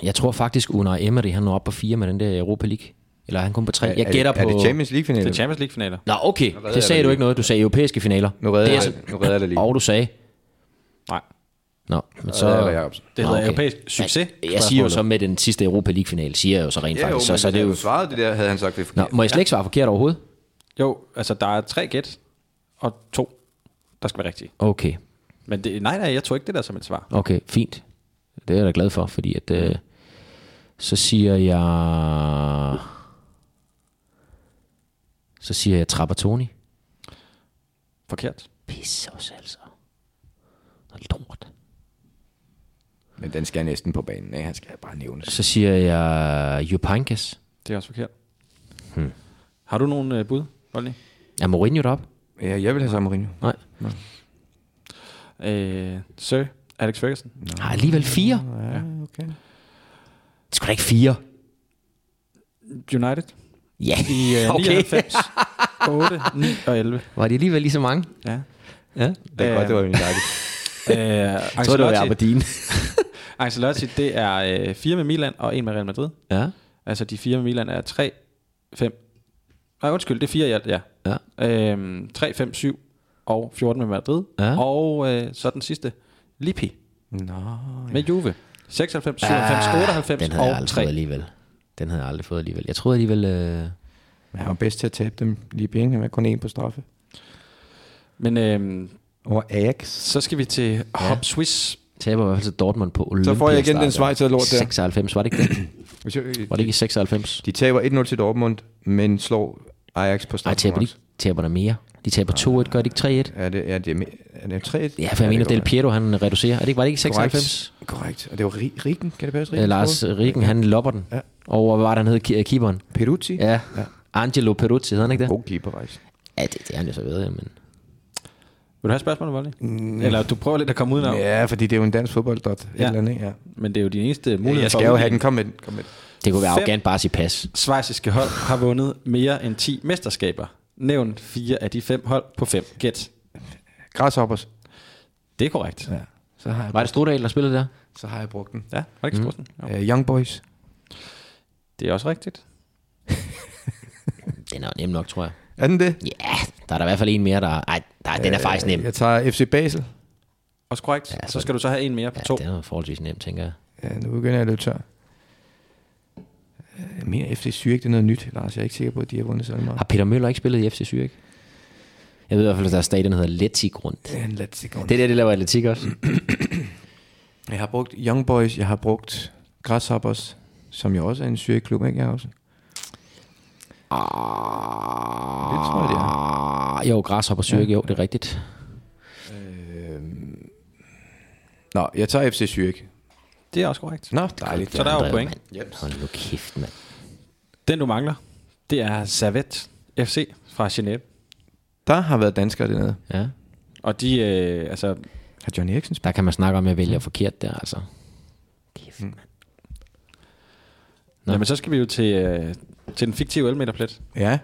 Jeg tror faktisk, Unai Emery, han når op på fire med den der Europa League. Eller er han kun på tre? Jeg
Er-
gætter
er, er
på...
det Champions League-finalen?
Det er Champions League-finaler.
Nå, okay.
redder
Det
jeg
sagde
dig
du
lige.
ikke noget. Du sagde europæiske finaler.
Nu redder
det er
jeg
så-
dig- nu redder jeg dig lige.
<laughs> Og du sagde...
Nej,
Nå, men så...
Så... Ja, Jacobsen.
det
Nå,
hedder
okay.
europæisk succes.
Jeg, jeg siger jo så med den sidste Europa League-finale, siger jeg jo så rent
ja jo,
faktisk.
men
så, så det er jo...
svaret det der, havde han sagt det er
Nå,
forkert.
må jeg slet ikke svare forkert overhovedet?
Jo, altså der er tre gæt og to, der skal være rigtige.
Okay,
Men det, nej, nej, jeg tror ikke det der som et svar.
okay, fint. Det er jeg da glad for, fordi at... Øh, så siger jeg... Så siger jeg Trapattoni.
Forkert.
Pisse os altså. Noget lort.
Men den skal næsten på banen, ikke? Han skal bare nævnes.
Så siger jeg Jupankas.
Det er også forkert. Hmm. Har du nogen øh, bud, Olli?
Er Mourinho deroppe?
Ja, jeg vil have sammen Mourinho.
Nej.
Øh, Sir Alex Ferguson?
Har alligevel fire.
Ja, okay.
Det er sgu da ikke fire. <laughs>
United?
Ja,
I øh,
okay.
99, 8, 9 og 11.
Var de alligevel lige så mange?
Ja.
Ja.
Det er godt, det var min
<laughs> Øh,
Jeg tror, det var
Øhm. Ancelotti,
Aberdeen.
Ancelotti, det er øh, fire med Milan og en med Real Madrid.
ja.
Altså de fire med Milan er 3, 5... Nej, undskyld, det er fire i alt, ja.
Ja.
Øhm, 3, 5, 7 og 14 med Madrid.
Ja.
Og øh, så den sidste, Lippi
Nå. Ah,
med Juve. 96, 97, 98
Den havde jeg
og
aldrig
3.
fået alligevel. Den havde jeg aldrig fået alligevel. Jeg troede alligevel... Øh...
Han var bedst til at tabe dem lige penge. Han var kun en på straffe.
Men øhm,
Over Ajax.
så skal vi til Hop Swiss.
Taber i hvert fald til Dortmund på Olympia.
Så får jeg igen den svejsede lort der.
96, var det
<clears throat>
ikke det?
Hvis jeg-
Var det ikke i 96?
De taber 1-0 til Dortmund, men slår Ajax på
Nej, taber de
straffekonkurrence.
ikke- taber der mere. De taber 2-1, gør de ikke 3-1?
Er det, er det, er det 3
Ja, for jeg mener, Del Piero, han reducerer. Er det ikke, var det ikke i 96?
Korrekt. Korrekt. Og det var Ri- Riken, kan det passe?
Øh,
Riken
Lars
scorede?
Rikken, han lopper den.
Ja.
Over, hvad var det, han hed, Ki- keeperen?
Peruzzi?
Ja. Angelo Peruzzi, hedder han ikke det?
God keeper, faktisk.
Ja, det, det er han jo så ved, men...
Vil du have et spørgsmål, Volley? Mm. Eller du prøver lidt at komme udenom, yeah.
Ja, fordi det er jo en dansk fodbolddot.
Ja.
Ja. Eller andet, ikke? ja.
men det er jo din eneste mulighed
Mulighed jeg
for
skal
at
jo
udligne.
have den. Kom med den. Kom med den.
Det kunne være
Fem.
arrogant bare at sige pas.
Svejsiske hold har vundet mere end 10 mesterskaber. Nævn fire af de fem hold på fem. Gæt.
Grasshoppers.
Det er korrekt. Ja,
Ja. Så har jeg,
Var det Strudal, der spillede der?
så har jeg brugt den.
ja var det ikke mm. jo.
Uh, young Boys.
Det er også rigtigt.
Den er nem nok, tror jeg.
Er den det?
Ja, der er der i hvert fald en mere, der... Ej, nej,
Øh,
den er faktisk nem.
Jeg tager FC Basel.
Også korrekt. Ja,
så-
så, så skal du så have en mere på
Ja,
ja, to.
den er forholdsvis nem, tænker jeg.
Ja, nu begynder jeg at løbe tør. Øh, Jeg mener, FC Zürich, det er noget nyt, Lars. Jeg er ikke sikker på, at de har vundet så meget.
Har Peter Møller ikke spillet i FC Zürich? Jeg ved i hvert fald, at der er stadion, der hedder Letik rundt.
Ja, lad os se, kom.
Det der, det laver atletik også.
Jeg har brugt Young Boys, jeg har brugt Grasshoppers, som jo også er en Zürich-klub, ikke? Jeg også. Ah, det tror jeg, det er.
Ah, jo, Græshopper Zürich, jo, det er rigtigt.
Nå, jeg tager FC Zürich.
Det er også korrekt.
Nå, dejligt.
Så der er jo
Andre,
point.
mand. Hold nu kæft, mand.
Den du mangler, det er Servet FC fra Genève.
Der har været danskere dernede.
Ja.
Og de, øh, altså,
Har Johnny Eriksen spillet?
Der kan man snakke om, at jeg vælger forkert der, altså. Kæft, mand. Nå.
jamen, så skal vi jo til, øh, til den fiktive elmeterplet.
Ja,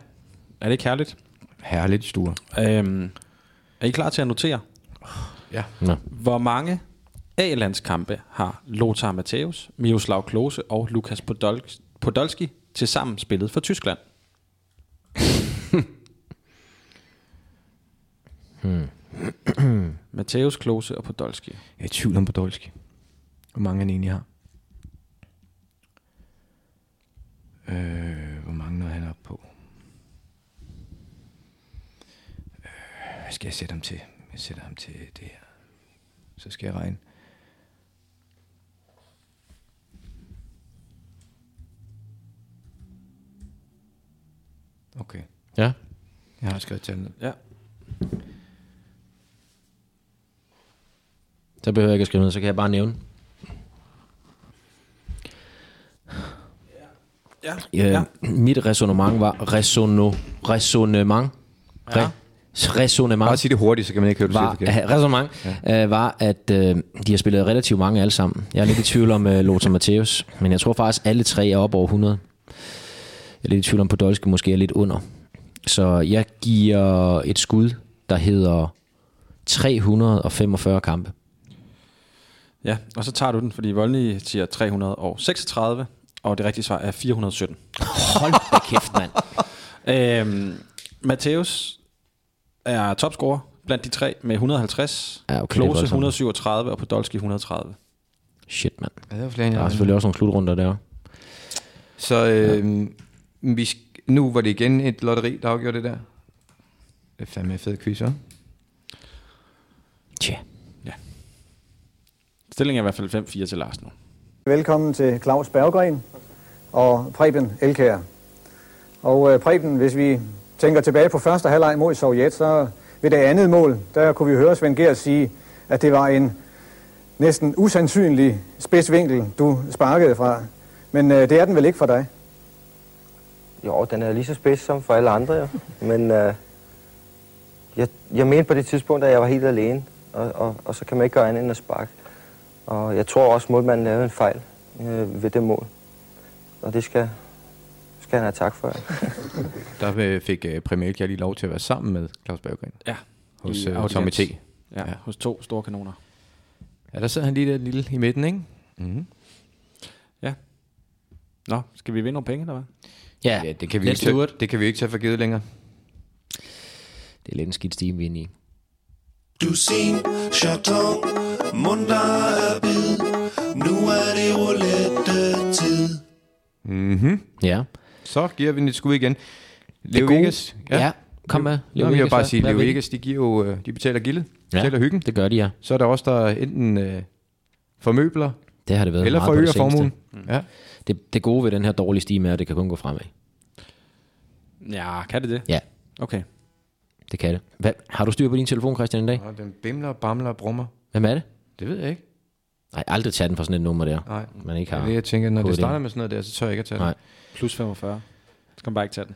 Er det ikke herligt?
herligt stuer.
Øhm, er I klar til at notere?
Nå.
Hvor mange A-landskampe har Lothar Matthäus, Miroslav Klose og Lukas Podolsk- Podolski til sammen spillet for Tyskland? hmm. Matthäus, Klose og Podolski.
Jeg er i tvivl om Podolski. Hvor mange han egentlig har. Øh, hvor mange nåede han op på? Øh, hvad skal jeg sætte ham til? Jeg sætter ham til det her. Så skal jeg regne. Okay,
Ja.
jeg har skrevet tallet. ned.
Ja.
Så behøver jeg ikke at skrive ned, så kan jeg bare nævne.
Ja.
Øh, ja. Mit resonemang var resono, resonemang. Re,
Ja.
resonemang.
Bare sig det hurtigt, så kan man ikke høre, du siger
var,
forkert.
<laughs> resonemang ja. øh, var, at øh, de har spillet relativt mange alle sammen. Jeg er lidt i tvivl om øh, Lothar Matthäus, men jeg tror faktisk, alle tre er op over 100. Jeg er lidt i tvivl om, Podolski måske er lidt under. Så jeg giver et skud, der hedder 345 kampe.
ja, og så tager du den, fordi Voldny siger 336, og det rigtige svar er 417.
Hold da kæft, mand.
Øhm, Matthäus er topscorer blandt de tre med 150,
Ja, okay, det er
Klose
voldsomt.
137 og Podolski 130.
Shit, mand.
Ja, det var flere, end
Der er
jeg
selvfølgelig også nogle slutrunder der.
Så øh, ja. vi sk- nu var det igen et lotteri, der afgjorde det der. Det er fandme en fed quiz, hva'?
Tja.
Stillingen er i hvert fald 5-4 til Lars nu.
Velkommen til Claus Berggren og Preben Elkær. Og øh, Preben, hvis vi tænker tilbage på første halvleg mod Sovjet, så ved det andet mål, der kunne vi høre Svend Gers sige, at det var en næsten usandsynlig spidsvinkel, du sparkede fra. Men øh, det er den vel ikke for dig?
Jo, den er lige så spids som for alle andre, jo. Men øh, jeg, jeg mente på det tidspunkt, at jeg var helt alene, og, og, og så kan man ikke gøre andet end at sparke. Og jeg tror også, at målmanden lavede en fejl øh, ved det mål. Og det skal, skal han have tak for.
Der øh, fik øh, Premier League lige lov til at være sammen med Claus Berggren.
Ja.
Hos
I
øh,
audiens.
Tommy T.
Ja, ja, hos to store kanoner.
Ja, der sidder han lige der lille i midten, ikke? Mm-hmm.
Nå, skal vi vinde nogle penge, eller hvad?
Ja,
Ja, det kan, vi ikke tage, det kan vi ikke tage for givet længere.
Det er lidt en skidt stime, vi er inde i.
Dusin, chaton, munter er bid. Nu er det roulette-tid.
Mm-hmm.
Ja.
Så giver vi den et skud igen. Leo
gode-
Vegas.
Ja, kom med. Leo
Leo Nå, men jeg vil
Vegas,
bare
hvad-
sige,
hvad
Leo
vil de?
Vegas, de, giver jo, øh, de betaler gildet,
Ja.
ja. betaler hyggen.
Det gør de, ja.
Så er der også der enten øh, formøbler,
Det har det været
eller
meget på
forøger
det
formuen.
seneste.
Ja.
Det, det gode ved den her dårlige stime er, at det kan kun gå fremad.
Ja, kan det det?
Ja,
Okay.
det kan det. Hvad, har du styr på din telefon, Christian, i dag?
Og den bimler, bamler og brummer.
Hvem er det?
Det ved jeg ikke.
Nej, aldrig tage den fra sådan et nummer der.
Nej.
Man ikke
Det
har.
er det, jeg tænker, når det
hoveddelen.
starter med sådan noget der, så tør jeg ikke at tage
Nej.
det.
Plus 45. Så kan man bare ikke tage den.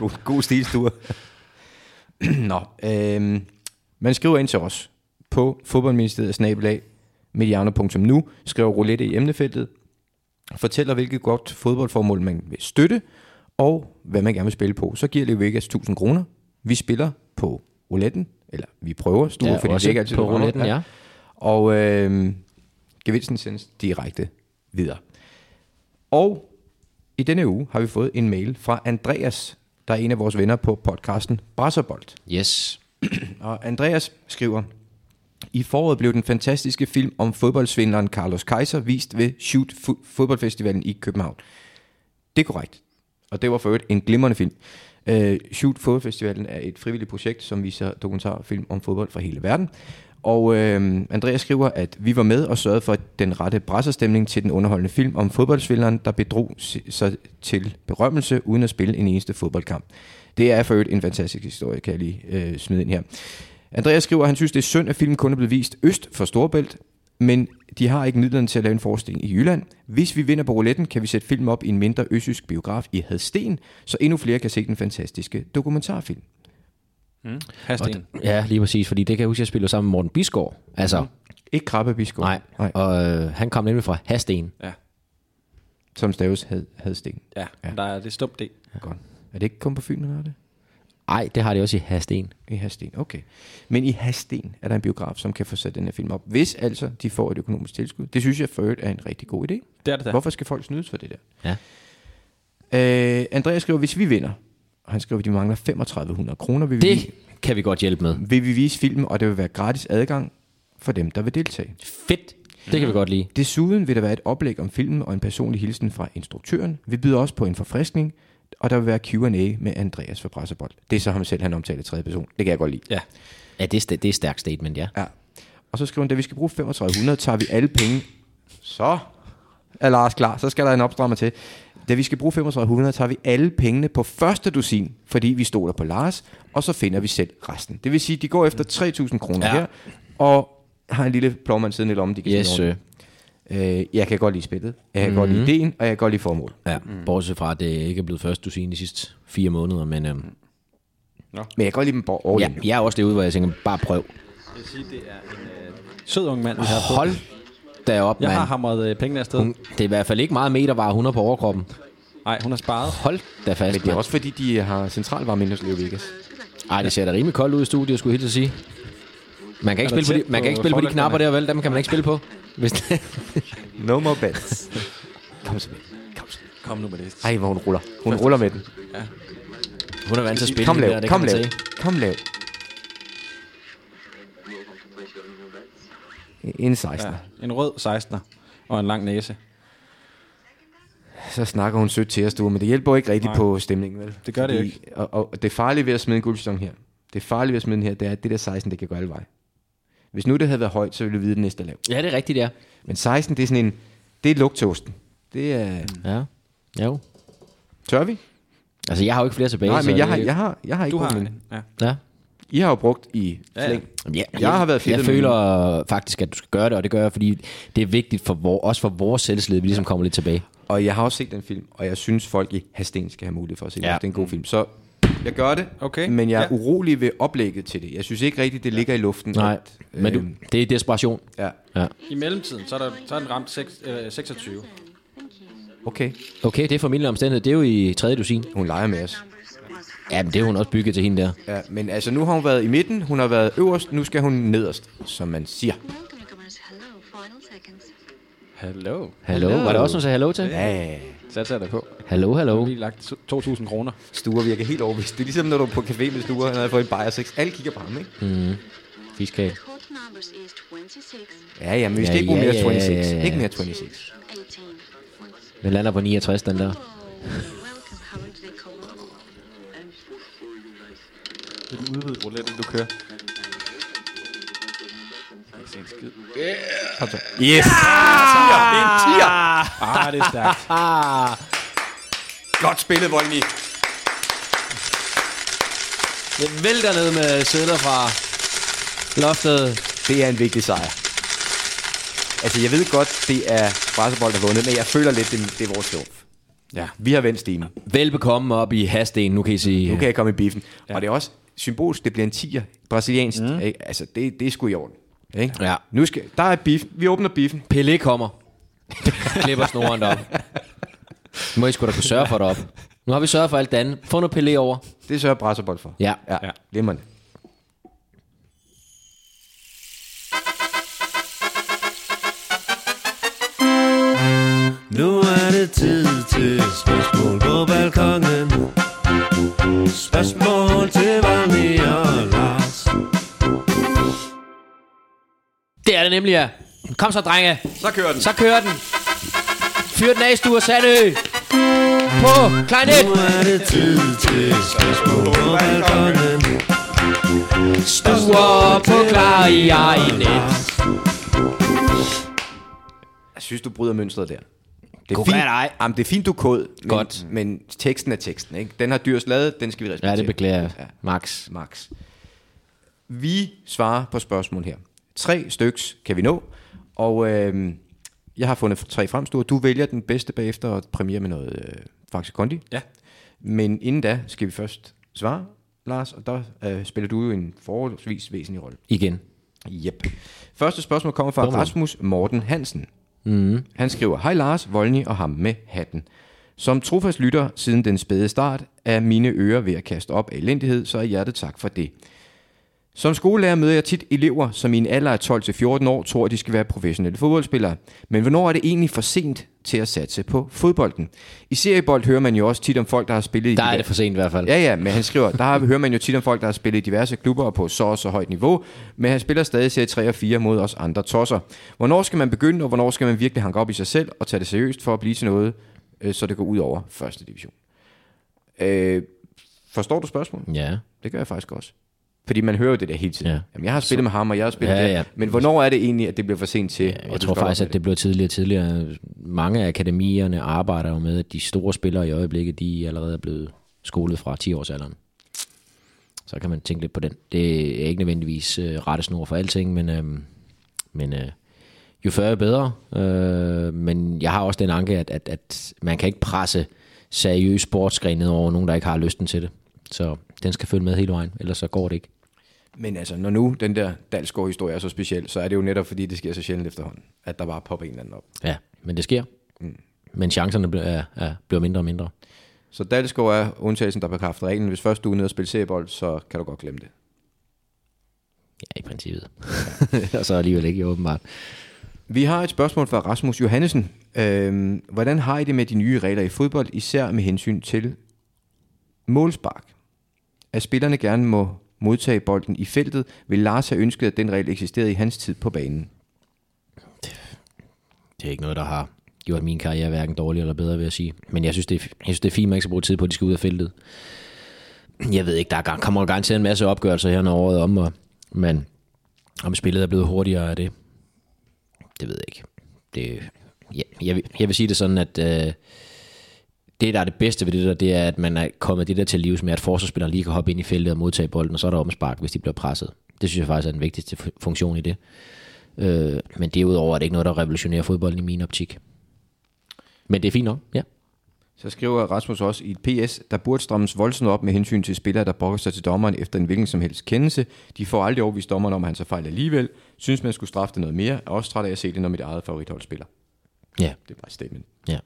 god, <laughs> god stilstur. <clears throat> Nå, øhm, man skriver ind til os på fodboldministeriet snabelag mediano.nu, skriver roulette i emnefeltet, fortæller hvilket godt fodboldformål man vil støtte, og hvad man gerne vil spille på. Så giver Leo Vegas 1000 kroner. Vi spiller på rouletten, eller vi prøver, stuer,
Ja,
ja, fordi det
også
er ikke altid
på
det rammer.
rouletten, ja.
Og øhm, gevinsten sendes direkte videre. Og i denne uge har vi fået en mail fra Andreas, der er en af vores venner på podcasten Brasserbold.
Yes.
Og Andreas skriver, i foråret blev den fantastiske film om fodboldsvindleren Carlos Kaiser vist ved Shoot Fu- Fodboldfestivalen i København. Det er korrekt. Og det var for øvrigt en glimrende film. Øh, Shoot Fodboldfestivalen er et frivilligt projekt, som viser dokumentarfilm om fodbold fra hele verden. Og øh, Andreas skriver, at vi var med og sørgede for den rette brasserstemning til den underholdende film om fodboldsvindleren, der bedrog si- sig til berømmelse uden at spille en eneste fodboldkamp. Det er for øvrigt en fantastisk historie, kan jeg lige øh, smide ind her. Andreas skriver, at han synes, det er synd, at filmen kun er blevet vist øst for Storebælt, men de har ikke midlerne til at lave en forestilling i Jylland. Hvis vi vinder på rouletten, kan vi sætte film op i en mindre østjysk biograf i Hadsten, så endnu flere kan se den fantastiske dokumentarfilm.
Hasten.
Ja, lige præcis, fordi det kan jeg huske, jeg spillede sammen med Morten Bisgaard. Altså, mm.
Ikke Krabbe Biskov,
nej.
nej,
Og øh, han kom nemlig fra Hasten.
Ja.
som staves had, Hadsten.
Ja, ja. Der er det stumt det.
Ja. Godt. Er det ikke kun på Fyn, eller er det?
Nej, det har det også i Hasten.
I Hadsten, okay. Men i Hadsten er der en biograf, som kan få sat den her film op, hvis altså de får et økonomisk tilskud. Det synes jeg for øvrigt er en rigtig god idé.
Det er det da.
Hvorfor skal folk snydes for det der?
Ja.
Øh, Andreas skriver, hvis vi vinder, og han skriver, at de mangler 3500 kroner, vil, vi,
Det kan vi godt hjælpe med.
vil vi vise filmen, og det vil være gratis adgang for dem, der vil deltage.
Fedt. Det kan vi godt lide.
Desuden vil der være et oplæg om filmen og en personlig hilsen fra instruktøren. Vi byder også på en forfriskning, og der vil være Q&A med Andreas fra Pressebold. Det er så ham selv, han omtaler i tredje person. Det kan jeg godt lide.
Ja.
Ja, det er, sta- det er et stærkt statement, ja.
Ja. Og så skriver han, da vi skal bruge 3500, tager vi alle penge. Så er Lars klar, så skal der en opstrammer til. Da vi skal bruge 3500, tager vi alle pengene på første dusin, fordi vi stoler på Lars, og så finder vi selv resten. Det vil sige, de går efter 3000 kroner
Ja.
ja. her, og har en lille plovmand siden i lommen, de kan
Yes,
smide rundt.
sir. Mhm.
øh, Jeg kan godt lide spillet, jeg kan mm. godt lide ideen, og jeg kan godt lide formålet.
Ja, mm. bortset fra, at det ikke er blevet først, du siger, de sidste fire måneder, men øhm,
Men jeg kan godt lide dem på all
ja,
in.
jeg er også derude, hvor jeg tænker, bare prøv.
Jeg vil sige, det er en øh, sød ung mand, vi har på.
Hold da op,
Jeg har
mand.
hamret øh, pengene afsted.
Hun, det er i hvert fald ikke meget meter, var 100 på overkroppen.
Nej, hun har sparet.
Hold da fast,
Men det er
mand.
også fordi, de har centralvarme hos Leo Vegas.
Ej, det ser da rimelig koldt ud i studiet, skulle jeg helt sige. Man kan ikke
Er
spille på
der tæt
de, man kan
på
ikke spille på de
forlygterne?
knapper der, vel? Dem kan man ikke spille på. Hvis <laughs> det,
No more bets. Kom så med. Kom så med.
Kom nu med det.
Ej, hvor hun ruller. Hun ruller med den.
hun er vant til at spille
Kom
det der,
lav,
det
kom
kan man
lav,
sige.
kom lav. En 16. Ja.
En rød 16'er og en lang næse.
Så snakker hun sødt til os, du, men det hjælper jo ikke rigtigt Nej. på stemningen, vel?
Det gør det
Fordi- Og, og, det farlige ved at smide en guldstong her, det farlige ved at smide den her, det er, at det der 16, det kan gå alle veje. Hvis nu det havde været højt, så ville du vide, at det næste er lavt.
Ja, det er rigtigt, ja.
Men 16, det er sådan en, det er lugtosten. Det er,
Ja, jo.
tør vi?
Altså, jeg har jo ikke flere tilbage.
Nej,
så
men jeg har,
det-
jeg har, jeg har ikke
Du har
problemer.
en. Ja.
Ja.
I har jo brugt i flæng.
Ja,
Jeg har været
Jeg
fedtet med
føler faktisk, at du skal gøre det, og det gør jeg, fordi det er vigtigt for vor, også for vores selvslid, at vi ligesom kommer lidt tilbage.
Og jeg har også set den film, og jeg synes, folk i Hasten skal have mulighed for at se ja. den. Det er en god film. Så jeg gør det, okay. men jeg er ja. urolig ved oplægget til det. Jeg synes ikke rigtigt, det ligger i luften. øhm,
Nej, øhm. men du- det er desperation.
Ja.
Ja.
I mellemtiden, så er, der, så er den ramt 6, øh, 26.
Okay.
Okay, det er formidlet omstændighed. Det er jo i tredje dusin.
Hun leger med os.
Ja, men det er hun også bygget til hende der.
Ja, men altså, nu har hun været i midten, hun har været øverst, nu skal hun nederst, som man siger.
Hello.
Hallo. Var det også, hun sagde hallo til?
Ja.
Satser jeg dig på.
Hallo, hallo.
Vi har lige lagt 2.000 kroner.
Stuer virker helt overbevist. Det er ligesom, når du er på café med Stuer, når jeg får en bajer 6. Alle kigger på ham, ikke?
Mm. Fiskal.
Ja, ja, men vi skal ikke bruge mere 26. Ikke mere 26.
Den lander på 69, den der.
Det er den udvidede roulette, du kører. Yeah. Kom så.
Yes!
Ja! Det er en tier!
Ah, det er stærkt. Godt spillet, Volny.
Det vælter ned med sædler fra loftet.
Det er en vigtig sejr. Altså, jeg ved godt, det er Brasserbold, der har vundet, men jeg føler lidt, det, det er vores triumf.
Ja.
Vi har vendt stigen.
Velbekomme op i hasten, nu kan I sige.
Nu kan jeg komme i biffen. Ja. Og det er også symbolsk, det bliver en tier brasiliansk. Mm. Ikke? Altså, det, det er sgu i orden. Ikke?
Ja.
Nu skal, der er biffen. Vi åbner biffen.
Pelé <laughs> kommer. Klipper snoren derop. Nu må I sgu da kunne sørge for det op. Nu har vi sørget for alt det andet. Få noget Pelé over.
Det sørger Brasserbold for.
Ja.
Ja, glimrende.
Nu er det tid til spørgsmål på balkongen. Spørgsmål til Valmi og Lars.
Det er det nemlig, ja. Kom så, drenge.
Så kører den.
Så kører den. Fyr den af, Sture Sandø. På Kleinet.
Nu er det tid til spørgsmål på balkongen.
Sture på Kleinet.
Jeg synes, du bryder mønstret der. Det
Kunne være dig.
Jamen, det er fint, du kod, men,
Godt.
men teksten er teksten. Ikke? Den har dyrs lavet, den skal vi respektere.
Ja, det beklager jeg. Max.
Max. Vi svarer på spørgsmål her. Tre styks kan vi nå, og øh, jeg har fundet tre fremstuer. Du vælger den bedste bagefter og premiere med noget øh, Faxe Kondi.
Ja.
Men inden da skal vi først svare, Lars, og der øh, spiller du jo en forholdsvis væsentlig rolle.
Igen.
Yep. Første spørgsmål kommer fra
Bum.
Rasmus Morten Hansen.
Mm.
Han skriver, Hej Lars, Volny og ham med hatten. Som trofast lytter siden den spæde start, er mine ører ved at kaste op af elendighed, så er hjertet tak for det. Som skolelærer møder jeg tit elever, som i en alder af 12-14 år tror, at de skal være professionelle fodboldspillere. Men hvornår er det egentlig for sent til at satse på fodbolden? I seriebold hører man jo også tit om folk, der har spillet i
Der er
diver-
det for sent i hvert fald.
Ja, ja, men han skriver, der har- hører man jo tit om folk, der har spillet i diverse klubber og på så og så højt niveau, men han spiller stadig serie 3 og 4 mod os andre tosser. Hvornår skal man begynde, og hvornår skal man virkelig hanke op i sig selv og tage det seriøst for at blive til noget, øh, så det går ud over første division? Øh, forstår du spørgsmålet?
Ja.
Det gør jeg faktisk også. Fordi man hører jo det der hele tiden.
Ja.
Ja. Jamen, jeg har spillet med ham, og jeg har spillet
Ja,
ja, ja.
ja.
Der. Men hvornår er det egentlig, at det bliver for sent til?
Ja, jeg tror faktisk, at det blev tidligere og tidligere. Mange af akademierne arbejder jo med, at de store spillere i øjeblikket, de er allerede blevet skolet fra 10-årsalderen. Så kan man tænke lidt på den. Det er ikke nødvendigvis øh, rettesnor for alting, men, øhm, men øh, jo før jo bedre. Øh, men jeg har også den anke, at, at, at man kan ikke presse seriøs sportsgren ned over nogen, der ikke har lysten til det. Så den skal følge med hele vejen, ellers så går det ikke.
Men altså, når nu den der Dalsgaard-historie er så speciel, så er det jo netop, fordi det sker så sjældent efterhånden, at der bare popper en eller anden op.
Ja, men det sker. Mm. Men chancerne bl- er, er, bliver mindre og mindre.
Så Dalsgaard er undtagelsen, der bekræfter reglen. Hvis først du er nede og spille seriebold, så kan du godt glemme det.
Ja, i princippet. <laughs> og så alligevel ikke, jo, åbenbart.
Vi har et spørgsmål fra Rasmus Johannesen. Øhm, hvordan har I det med de nye regler i fodbold, især med hensyn til målspark? At spillerne gerne må modtage bolden i feltet, vil Lars have ønsket, at den regel eksisterede i hans tid på banen.
Det er ikke noget, der har gjort min karriere hverken dårligere eller bedre, vil jeg sige. Men jeg synes, det er, jeg synes, det er fint, man ikke skal bruge tid på, at de skal ud af feltet. Jeg ved ikke, der er gar- kommer garanteret en masse opgørelser her, når året er om, og, men om spillet er blevet hurtigere af det, det ved jeg ikke. Det, ja, jeg, vil- jeg vil sige det sådan, at øh, det, der er det bedste ved det der, det er, at man er kommet det der til livs med, at forsvarsspilleren lige kan hoppe ind i feltet og modtage bolden, og så er der omspark, hvis de bliver presset. Det synes jeg faktisk er den vigtigste fu- funktion i det. Øh, men derudover er det ikke noget, der revolutionerer fodbolden i min optik. Men det er fint nok, ja.
Så skriver Rasmus også i et PS, der burde strammes voldsomt op med hensyn til spillere, der brokker sig til dommeren efter en hvilken som helst kendelse. De får aldrig overvist dommeren om, at han så fejl alligevel. Synes man skulle straffe det noget mere. Er også træt af at se det, når mit eget favorithold spiller.
Ja.
Det er bare et statement.
Ja.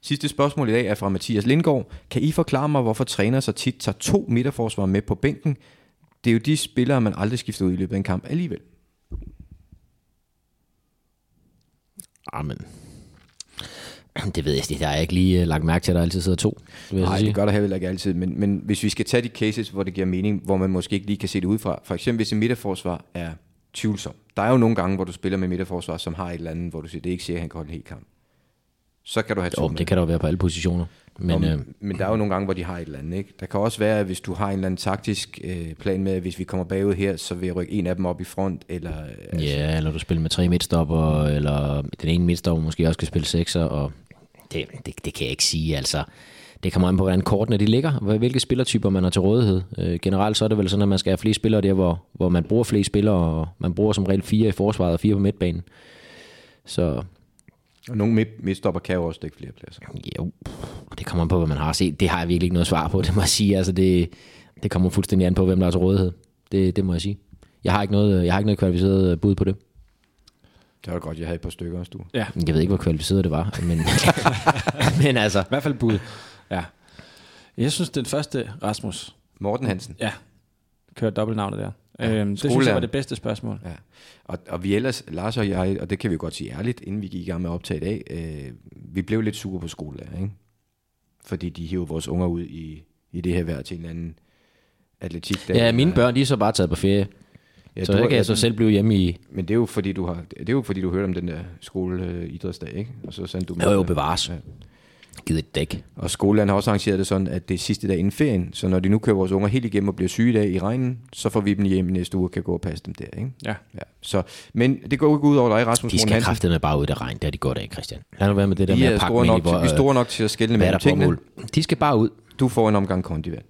Sidste spørgsmål i dag er fra Mathias Lindgaard. Kan I forklare mig, hvorfor træner så tit tager to midterforsvar med på bænken? Det er jo de spillere, man aldrig skifter ud i løbet af en kamp alligevel.
Amen. Det ved jeg ikke. Der er ikke lige øh, lagt mærke til, at der altid sidder to. vil jeg så
Nej,
sige.
det gør der heller ikke altid, men, men hvis vi skal tage de cases, hvor det giver mening, hvor man måske ikke lige kan se det udefra, for eksempel hvis en midterforsvar er tvivlsom. Der er jo nogle gange, hvor du spiller med midterforsvar, som har et eller andet, hvor du siger, det er ikke sikkert, at han kan holde en hel kamp. Så kan du have to
Jo,
med.
det kan der jo være på alle positioner. Men,
Men,
øh,
Om, men der er jo nogle gange, hvor de har et eller andet. Ikke? Der kan også være, at hvis du har en eller anden taktisk øh, plan med, at hvis vi kommer bagud her, så vil jeg rykke en af dem op i front. Eller, øh, altså,
Ja, eller du spiller med tre midtstopper, eller den ene midtstopper måske også kan spille sekser, og det, det, det kan jeg ikke sige, altså. Det kommer an på, hvordan kortene de ligger, og hvilke spillertyper man har til rådighed. Øh, generelt så er det vel sådan, at man skal have flere spillere der, hvor, hvor man bruger flere spillere, og man bruger som regel fire i forsvaret og fire på midtbanen. Så
og altså, nogle midt, midtstopper kan jo også dække flere pladser.
Jo, uh, det kommer an på, hvad man har set. Det har jeg virkelig ikke noget svar på, <laughs> det må jeg sige. Altså, det, det kommer fuldstændig an på, hvem der er til rådighed. Det, det må jeg sige. Jeg har, ikke noget, jeg har ikke noget kvalificeret bud på det.
Det var godt, jeg havde et par stykker også, du.
Ja.
Jeg ved ikke, hvor kvalificeret det var, men, <laughs> men altså... I
hvert fald bud. Ja. Jeg synes, den første, Rasmus.
Morten Hansen.
Ja. Kører dobbeltnavnet der.
Ja,
Ja. Øhm, det synes jeg
skolelærer.
var det bedste spørgsmål.
Ja. Og, og vi ellers, Lars og jeg, og det kan vi jo godt sige ærligt, inden vi gik i gang med at optage i dag, øh, vi blev lidt sure på skolelærer, ikke? Fordi de hiver vores unger ud i, i det her vejr til en anden atletikdag.
Ja, mine børn, de er så bare taget på ferie. Ja, så
du
jeg
er
kan jeg så
18.
selv blive hjemme i...
Men det er jo fordi, du, har, det er jo fordi, du hørte om den der skoleidrætsdag, ikke? Og så sendte du
Jo, jo, bevares. Ja. Givet et dæk.
Og skolen har også arrangeret det sådan, at det er sidste dag inden ferien, så når de nu kører vores unger helt igennem og bliver syge i dag i regnen, så får vi dem hjem i næste uge og kan gå og passe dem der, ikke?
Ja.
ja. Så, men det går jo ikke ud over dig, Rasmus
De
Brun
skal
Hansen.
kraftedeme bare ud af regn, det er de godt af, Christian. Lad nu være med det der
Vi
med
er
at pakke
store
med
nok, til, vi øh, er
øh,
store nok til at skælne mellem tingene.
De skal bare ud. <laughs>
Du får en omgang kondivand.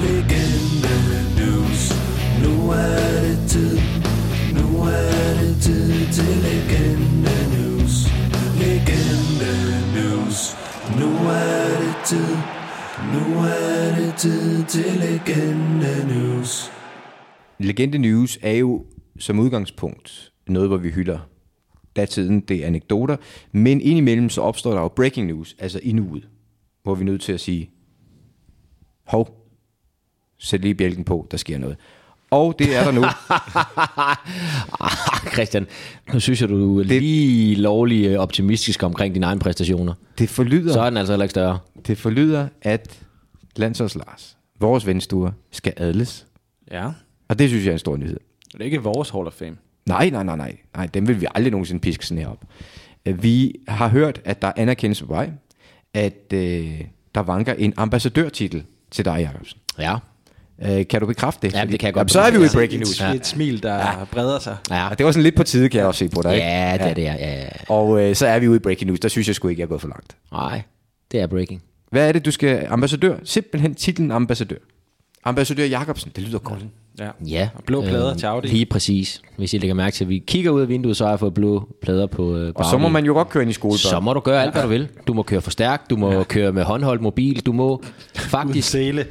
Legende news. Nu er det tid. Nu er det tid til legende news. Legende news. Nu er det tid. Nu er det tid til legende news.
Legende News er jo som udgangspunkt noget, hvor vi hylder datiden, det er anekdoter, men indimellem så opstår der jo breaking news, altså i nuet, hvor vi er nødt til at sige, hov, sæt lige bjælken på, der sker noget. Og det er der nu.
Ah, Christian, nu synes jeg, du er lige lovlig øh, optimistisk omkring dine egne præstationer.
<laughs> Det forlyder...
Så er den altså heller ikke større.
Det forlyder, at Landsholds Lars, vores venstue, skal adles.
Ja.
Og det synes jeg er en stor nyhed.
Det er ikke vores Hall of Fame.
Nej, nej, nej, nej. Nej, dem vil vi aldrig nogensinde piske sådan her op. Øh, Vi har hørt, at der er anerkendelse på vej, at øh, der vanker en ambassadørtitel til dig, Jacobsen.
Ja.
Øh, kan du bekræfte det?
Ja,
Fordi-
det kan jeg godt
Jamen, så er vi jo i
bekræfte.
breaking
Et-
news.
Et smil, der ja. breder sig.
Ja.
Og det var sådan lidt på tide, kan jeg også se på dig. ikke?
Ja, det er det, ja, ja. ja.
Og øh, så er vi ude i breaking news. Der synes jeg sgu ikke, jeg er gået for langt.
Nej, det er breaking.
Hvad er det, du skal... Ambassadør. Simpelthen titlen ambassadør. Ambassadør Jacobsen. Det lyder godt.
Ja.
Ja. øhm,
Og blå plader til Audi.
Lige præcis. Hvis I lægger mærke til, at vi kigger ud af vinduet, så har jeg fået blå plader på øh,
Og så må man jo godt køre ind i skolebørn.
Så må du gøre alt, hvad du vil. Du må køre for stærkt, du må ja. køre med håndholdt mobil, du må faktisk...
sele.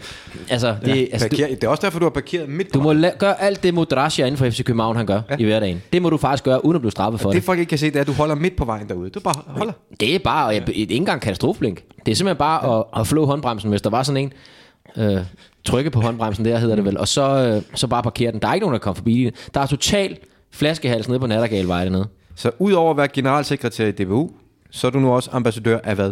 Altså, det, ja, altså,
Parker, det er også derfor, du har parkeret midt
du, du må la- gøre alt det, Modrasja inden for FC København, han gør ja. i hverdagen. Det må du faktisk gøre, uden at blive straffet for
Det
det.
folk ikke kan se, det er, at du holder midt på vejen derude. Du bare holder.
Det er bare og jeg, ikke engang katastrofeblink. Det er simpelthen bare at, at flå håndbremsen, hvis der var sådan en. Øh, trykke på håndbremsen, der hedder det vel. Og så, øh, så bare parkere den. Der er ikke nogen, der kommer forbi. Der er total flaskehals nede på Nattergalvej dernede.
Så udover at være generalsekretær i DBU, så er du nu også ambassadør af hvad?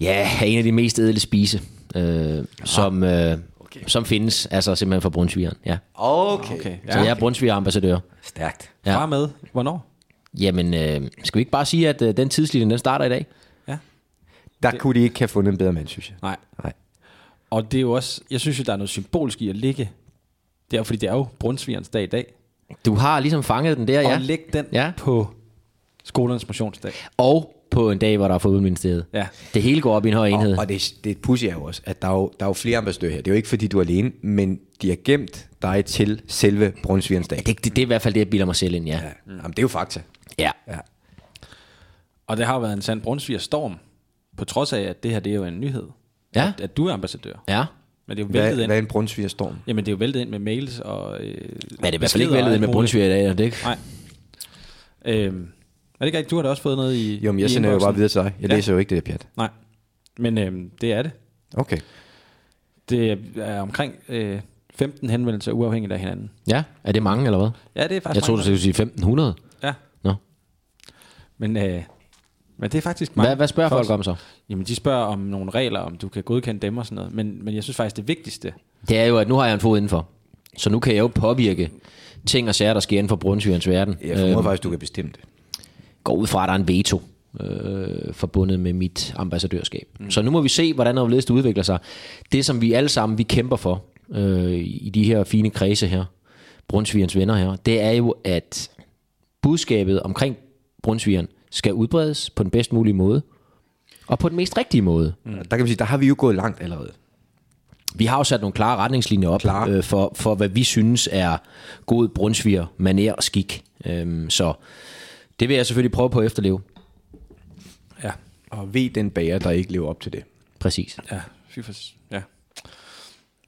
Ja, en af de mest edle spise, øh, som, øh, okay. som findes, altså simpelthen fra Brunsvigeren. Ja.
Okay.
okay.
Så jeg er Brunsviger-ambassadør.
Stærkt.
Ja.
Fra og med. Hvornår?
Jamen, øh, skal vi ikke bare sige, at øh, den tidslinje, den starter i dag?
Der det... kunne de ikke have fundet en bedre mand, synes jeg.
Nej.
Nej.
Og det er jo også, jeg synes jo, der er noget symbolisk i at ligge. Det er jo, fordi det er jo Brunsvigerens dag i dag.
Du har ligesom fanget den der,
Og
ja.
læg den
Ja.
på skolernes motionsdag.
Og på en dag, hvor der er fodboldministeriet.
Ja.
Det hele går op i en høj enhed.
Og, og det, det pudsige er jo også, at der er jo, der er jo flere ambassadører her. Det er jo ikke, fordi du er alene, men de har gemt dig til selve Brunsvigerens dag. Ja,
det, det, det er i hvert fald det, jeg bilder mig selv ind, ja. ja.
Jamen, det er jo fakta.
Ja.
ja.
Og det har jo været en sand Brunsviger storm, på trods af, at det her det er jo en nyhed.
Ja.
At, at du er ambassadør.
Ja.
Men det er jo væltet
Hvad,
ind.
hvad er en Brunsvigerstorm?
Jamen, det er jo væltet ind med mails og... Øh,
Men det er i hvert fald ikke væltet ind med Brunsviger i dag, er det ikke?
Nej. Øhm, er det ikke rigtigt? Du har da også fået noget i
Jo, men jeg
i
sender jo
inboxen.
bare videre til dig. Jeg ja. læser jo ikke det der pjat.
Nej, men øhm, det er det.
Okay.
Det er omkring øh, 15 henvendelser uafhængigt af hinanden.
Ja, er det mange, eller hvad?
Ja, det er faktisk
Jeg troede, du
mange.
skulle sige 1500.
Ja.
Nå.
Men, øh, men det er faktisk
Hvad- hvad spørger folk om så?
Jamen, de spørger om nogle regler, om du kan godkende dem og sådan noget. Men, men jeg synes faktisk, det vigtigste...
Det er jo, at nu har jeg en fod indenfor. Så nu kan jeg jo påvirke ting og sager, der sker inden for Brunsvigerens verden. Øh,
Jeg formoder faktisk, du kan bestemme det.
Går ud fra, at der er en veto øh, forbundet med mit ambassadørskab. Mm. Så nu må vi se, hvordan overledes det udvikler sig. Det, som vi alle sammen vi kæmper for øh, i de her fine kredse her, Brunsvigerens venner her, det er jo, at budskabet omkring Brunsvigeren skal udbredes på den bedst mulige måde, og på den mest rigtige måde.
Mm. Der kan man sige, der har vi jo gået langt allerede.
Vi har jo sat nogle klare retningslinjer op klare. Øh, for, for, hvad vi synes er god brunsviger, maner og skik. Øhm, så det vil jeg selvfølgelig prøve på at efterleve.
Ja,
Og ved den bager, der ikke lever op til det.
præcis.
Ja, fy for, ja.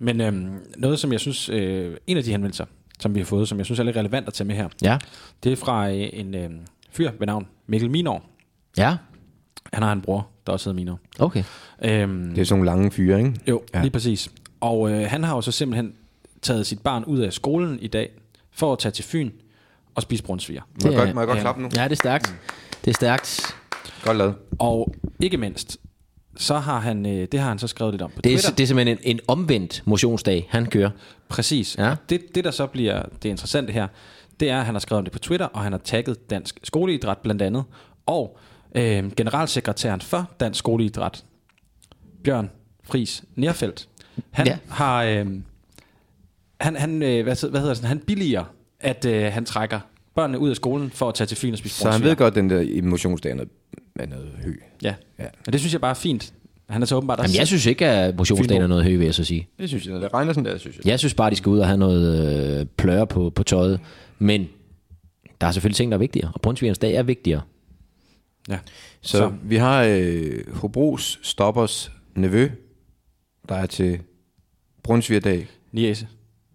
Men øhm, noget, som jeg synes... Øh, en af de henvendelser, som vi har fået, som jeg synes er lidt relevant at tage med her,
Ja.
det er fra øh, en øh, fyr ved navn Mikkel Minor.
Ja.
Han har en bror, der også hedder Minor.
Okay.
Øhm,
Det er sådan nogle lange fyre, ikke?
Jo, ja. lige præcis. Og øh, han har jo så simpelthen taget sit barn ud af skolen i dag, for at tage til Fyn og spise brunsviger.
Må jeg godt- må jeg godt klappe nu? Mm.
Ja, det er stærkt. Det er stærkt.
Godt lavet.
Og ikke mindst, så har han, øh, det har han så skrevet lidt om på
Det er,
Twitter.
det er simpelthen en, en omvendt motionsdag, han kører.
Præcis. Ja. Det, det, der så bliver det interessante her, det er, at han har skrevet om det på Twitter, og han har tagget Dansk Skoleidræt blandt andet, og øh, generalsekretæren for Dansk Skoleidræt, Bjørn Fris Nerfeldt, han
Ja.
ja. har... Øh, han, han, øh, hvad, hed- hvad hedder det, sådan, han billiger, at øh, han trækker børnene ud af skolen for at tage til Fyn og spise
Så han
brunsviger.
ved godt, at den der emotionsdag er noget, er noget hø.
Ja. ja. Og det synes jeg bare er fint. Han er så åbenbart også
Jamen, jeg synes ikke, at motionsdagen er noget høj, vil jeg så sige.
Det synes jeg, det regner sådan der, synes jeg.
Jeg synes bare, de skal ud og have noget øh, pløre på, på tøjet. Men der er selvfølgelig ting, der er vigtigere, og Brunsvigerens dag er vigtigere.
Ja.
Så, så. vi har øh, Hobros Stoppers Nevø, der er til Brunsvigerdag.
Niese.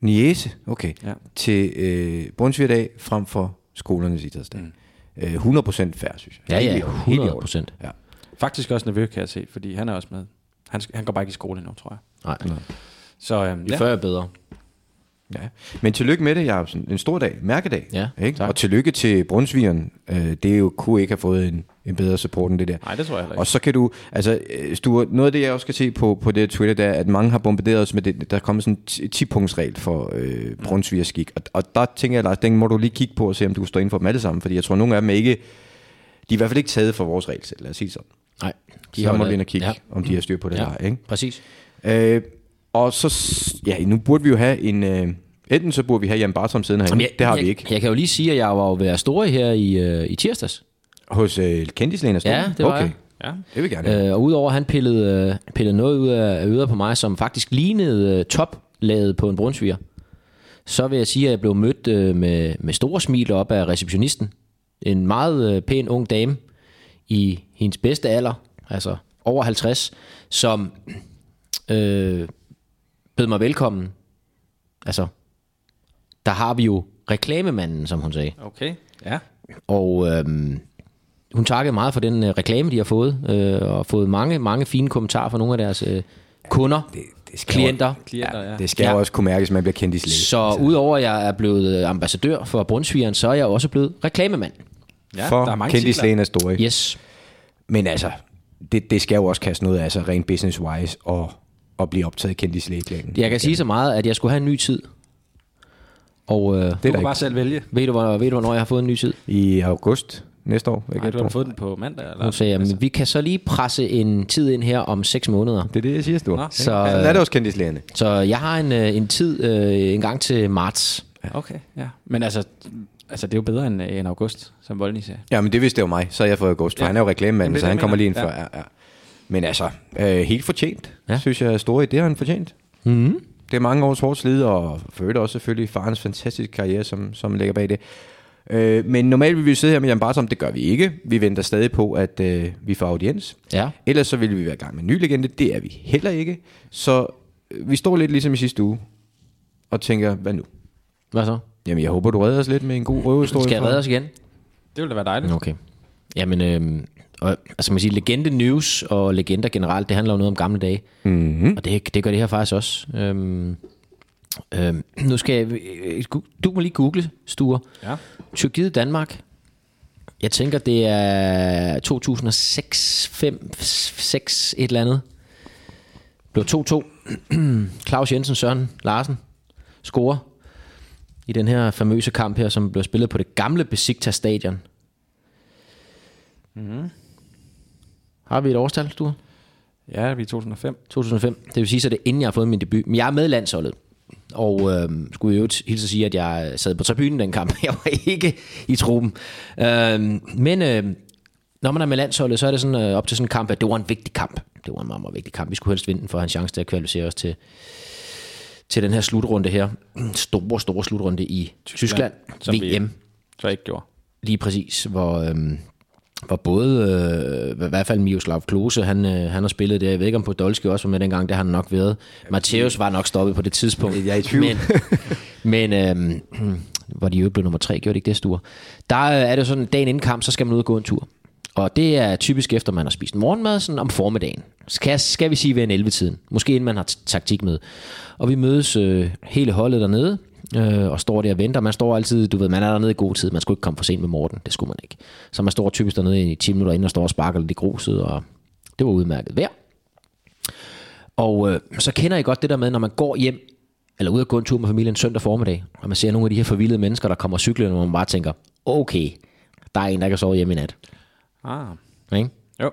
Niese, okay.
Ja.
Til øh, Brunsvigerdag frem for skolernes idrætsdag. Mm. Øh, 100% færre, synes jeg.
Ja, ja,
Helt i orden. Helt i
100%.
orden. Ja.
Faktisk også nervøs, kan jeg se, fordi han er også med. Han, sk- han går bare ikke i skole endnu, tror jeg.
Nej.
Så øhm,
Jo
ja.
før, jo bedre.
Ja. Men tillykke med det, Jacobsen. En stor dag. Mærkedag.
Ja,
ikke? Og tillykke til Brunsvigeren. Øh, det er jo, kunne ikke have fået en, en bedre support end det der.
Nej, det tror jeg heller ikke.
Og så kan du, altså øh, Stuart, noget af det, jeg også kan se på, på det her Twitter, det er, at mange har bombarderet os med det, der er kommet sådan en 10-punktsregel for øh, Brunsvigers skik. Og, og der tænker jeg, Lars, den må du lige kigge på og se, om du kan stå inden for dem alle sammen, fordi jeg tror, nogle af dem er ikke, de er i hvert fald ikke taget for vores regelsæt, lad os sige det sådan.
Nej.
De
har
så må
lavet-
vi ind og kigge,
Ja.
ja. om de har styr på det
Ja,
ja. der, ikke?
præcis.
Øh, og så, s- ja, nu burde vi jo have en, øh, enten så burde vi have Jan Bartram siden herinde,
Jamen,
det har
jeg,
vi ikke,
Jeg, jeg kan jo lige sige, at jeg var jo ved Astoria her i, øh, i tirsdags.
hos øh, kendislægen
Ja, det var
okay.
jeg.
Ja.
Det vil vi gerne have.
Øh, og udover han pillede, øh, pillede noget ud af af øret på mig, som faktisk lignede øh, toplaget på en brunsviger, så vil jeg sige, at jeg blev mødt øh, med, med store smil op af receptionisten. En meget øh, pæn ung dame i hendes bedste alder, altså over 50, som øh, bød mig velkommen. Altså, der har vi jo reklamemanden, som hun sagde.
Okay, ja.
Og øhm, hun takkede meget for den øh, reklame, de har fået, øh, og fået mange, mange fine kommentarer fra nogle af deres øh, kunder, det, det klienter.
Klienter, ja.
Det skal ja.
Ja.
jo også kunne mærkes, at man bliver Altså, kendislæge.
Så udover at jeg er blevet øh, ambassadør for Brunsvigeren, så er jeg også blevet reklamemand.
ja
for
der er mange
kendislægen er stor. ikke?
Yes.
Men altså, det, det skal jo også kaste noget af sig rent business-wise og, og blive optaget i kendislægeplanen.
Jeg kan sige så meget, at jeg skulle have en ny tid. Og øh,
Det er der
Du kan
ikke.
bare selv vælge.
ved, du, hvor, ved du, hvornår jeg har fået en ny tid?
I august næste år. Ikke?
Nej, du har fået den på mandag, eller?
Hun sagde,
Altså-
jamen, vi kan så lige presse en tid ind her om 6 måneder.
Det er det, jeg siger, Stor.
Nå,
Så,
Sådan er det også kendislægerne.
så jeg har en, øh, en tid øh, en gang til marts.
Okay, ja. Men altså, Altså, det er jo bedre end, øh, end August, som Voldny sagde.
Ja, men det vidste det jo mig. Så er jeg fået august, for ja. han er jo
Jamen,
reklamemanden,
det
så
er
han
det,
kommer
jeg
lige ind
mener.
før. Ja. Ja, Men altså, øh, helt fortjent, ja. synes jeg, store idéer har han fortjent.
Mm-hmm.
Det er mange års hårdt slid, og for øvrigt også selvfølgelig farens fantastiske karriere, som, som ligger bag det. Øh, men normalt vil vi jo sidde her med Jan Bartram, det gør vi ikke. Vi venter stadig på, at øh, vi får audiens.
Ja.
Ellers så ville vi være i gang med en ny legende, det er vi heller ikke. Så øh, vi står lidt ligesom i sidste uge, og tænker, hvad nu?
Hvad så?
Jamen, jeg håber, du redder os lidt med en god røvehistorie.
Skal jeg
fra-
redde os igen?
Det ville da være dejligt.
Okay. Jamen, øh, og, altså man siger, legende news og legender generelt, det handler jo noget om gamle dage.
Mhm.
Mm-hmm. Og det, det gør det her faktisk også. Øhm, øhm, nu skal jeg, øh, gu- du må lige google, Sture.
Ja.
Tyrkiet, Danmark. Jeg tænker, det er 2006, 5, 6, et eller andet. Blev 2-2. <clears throat> Claus Jensen, Søren Larsen scorer i den her famøse kamp her, som blev spillet på det gamle Besiktas stadion.
Mm-hmm.
Har vi et årstal, du?
Ja, vi er i 2005.
2005. Det vil sige, så det er inden jeg har fået min debut. Men jeg er med i landsholdet. Og øh, skulle i øvrigt hilse at sige, at jeg sad på tribunen den kamp. Jeg var ikke i truppen. Øh, men øh, når man er med landsholdet, så er det sådan, øh, op til sådan en kamp, at det var en vigtig kamp. Det var en meget, meget vigtig kamp. Vi skulle helst vinde den for at have en chance til at kvalificere os til, til den her slutrunde her. Store, store slutrunde i Tyskland.
som vi-
VM.
Så ikke gjorde.
Lige præcis, hvor, øhm, hvor både, øh, i hvert fald Miroslav Klose, han, øh, han har spillet det. Jeg ved ikke, om Podolski også var med dengang, det har han nok været. Mateus var nok stoppet på det tidspunkt. Jeg er i tvivl. Men, men øhm, hvor de jo blev nummer tre, gjorde det ikke det store. Der øh, er det jo sådan, dagen inden kamp, så skal man ud og gå en tur. Og det er typisk efter, man har spist morgenmad sådan om formiddagen. Skal, skal vi sige ved en 11-tiden. Måske inden man har t- taktik med. Og vi mødes øh, hele holdet dernede øh, og står der og venter. Man står altid, du ved, man er dernede i god tid. Man skulle ikke komme for sent med Morten. Det skulle man ikke. Så man står typisk dernede i 10 minutter inden og står og sparker lidt i gruset. Og det var udmærket vejr. Og øh, så kender I godt det der med, når man går hjem, eller ud og gå en tur med familien søndag formiddag, og man ser nogle af de her forvildede mennesker, der kommer cyklerne, hvor man bare tænker, okay, der er en, der kan sove hjemme i nat.
Ah.
Ikke?
Jo.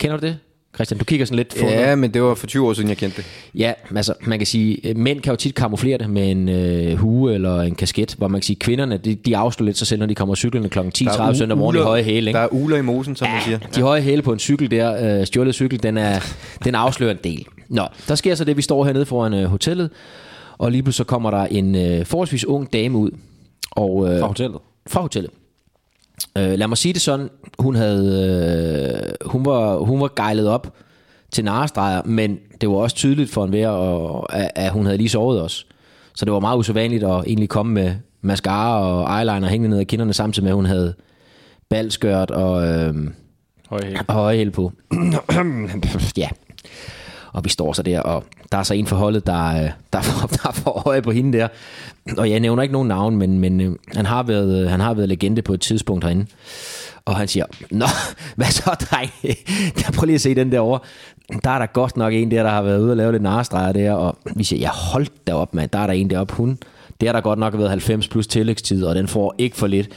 Kender du det, Christian? Du kigger sådan lidt
Ja, men det var for 20 år siden, jeg kendte det.
Ja, men altså, man kan sige, øh, mænd kan jo tit kamuflere det med en øh, hue eller en kasket, hvor man kan sige, kvinderne, de, de afslører lidt sig selv, når de kommer cyklerne kl. 10.30
u-
søndag morgen i
uler-
høje hæle. Ikke?
Der er uler i mosen, som man siger.
De høje hæle på en cykel der, øh, stjålet cykel, den, er, den afslører en del. Nå, der sker så det, vi står hernede foran øh, hotellet, og lige pludselig så kommer der en øh, forholdsvis ung dame ud. Og, øh,
Fra hotellet?
Fra hotellet. Øh, lad mig sige det sådan, hun, havde, øh, hun, var, hun var gejlet op til narestreger, men det var også tydeligt for enhver, og, at, at hun havde lige sovet os. Så det var meget usædvanligt at egentlig komme med mascara og eyeliner hængende ned ad kinderne, samtidig med, at hun havde balskørt og... Øh,
Høje hæle.
og høje hæle på. <clears throat> ja. Og vi står så der, og der er så en for holdet, der, øh, der, får, <laughs> der får øje på hende der. Og jeg nævner ikke nogen navn, men, men øh, han, har været, øh, han har været legende på et tidspunkt herinde. Og han siger, Nå, <laughs> hvad så, dreng? <laughs> der, prøv lige at se den derovre. Der er der godt nok en der, der har været ude og lave lidt narestreger der. Og vi siger, ja, hold da op, mand. Der er der en deroppe, hun. Det har der godt nok været 90 plus tillægstid, og den får ikke for lidt.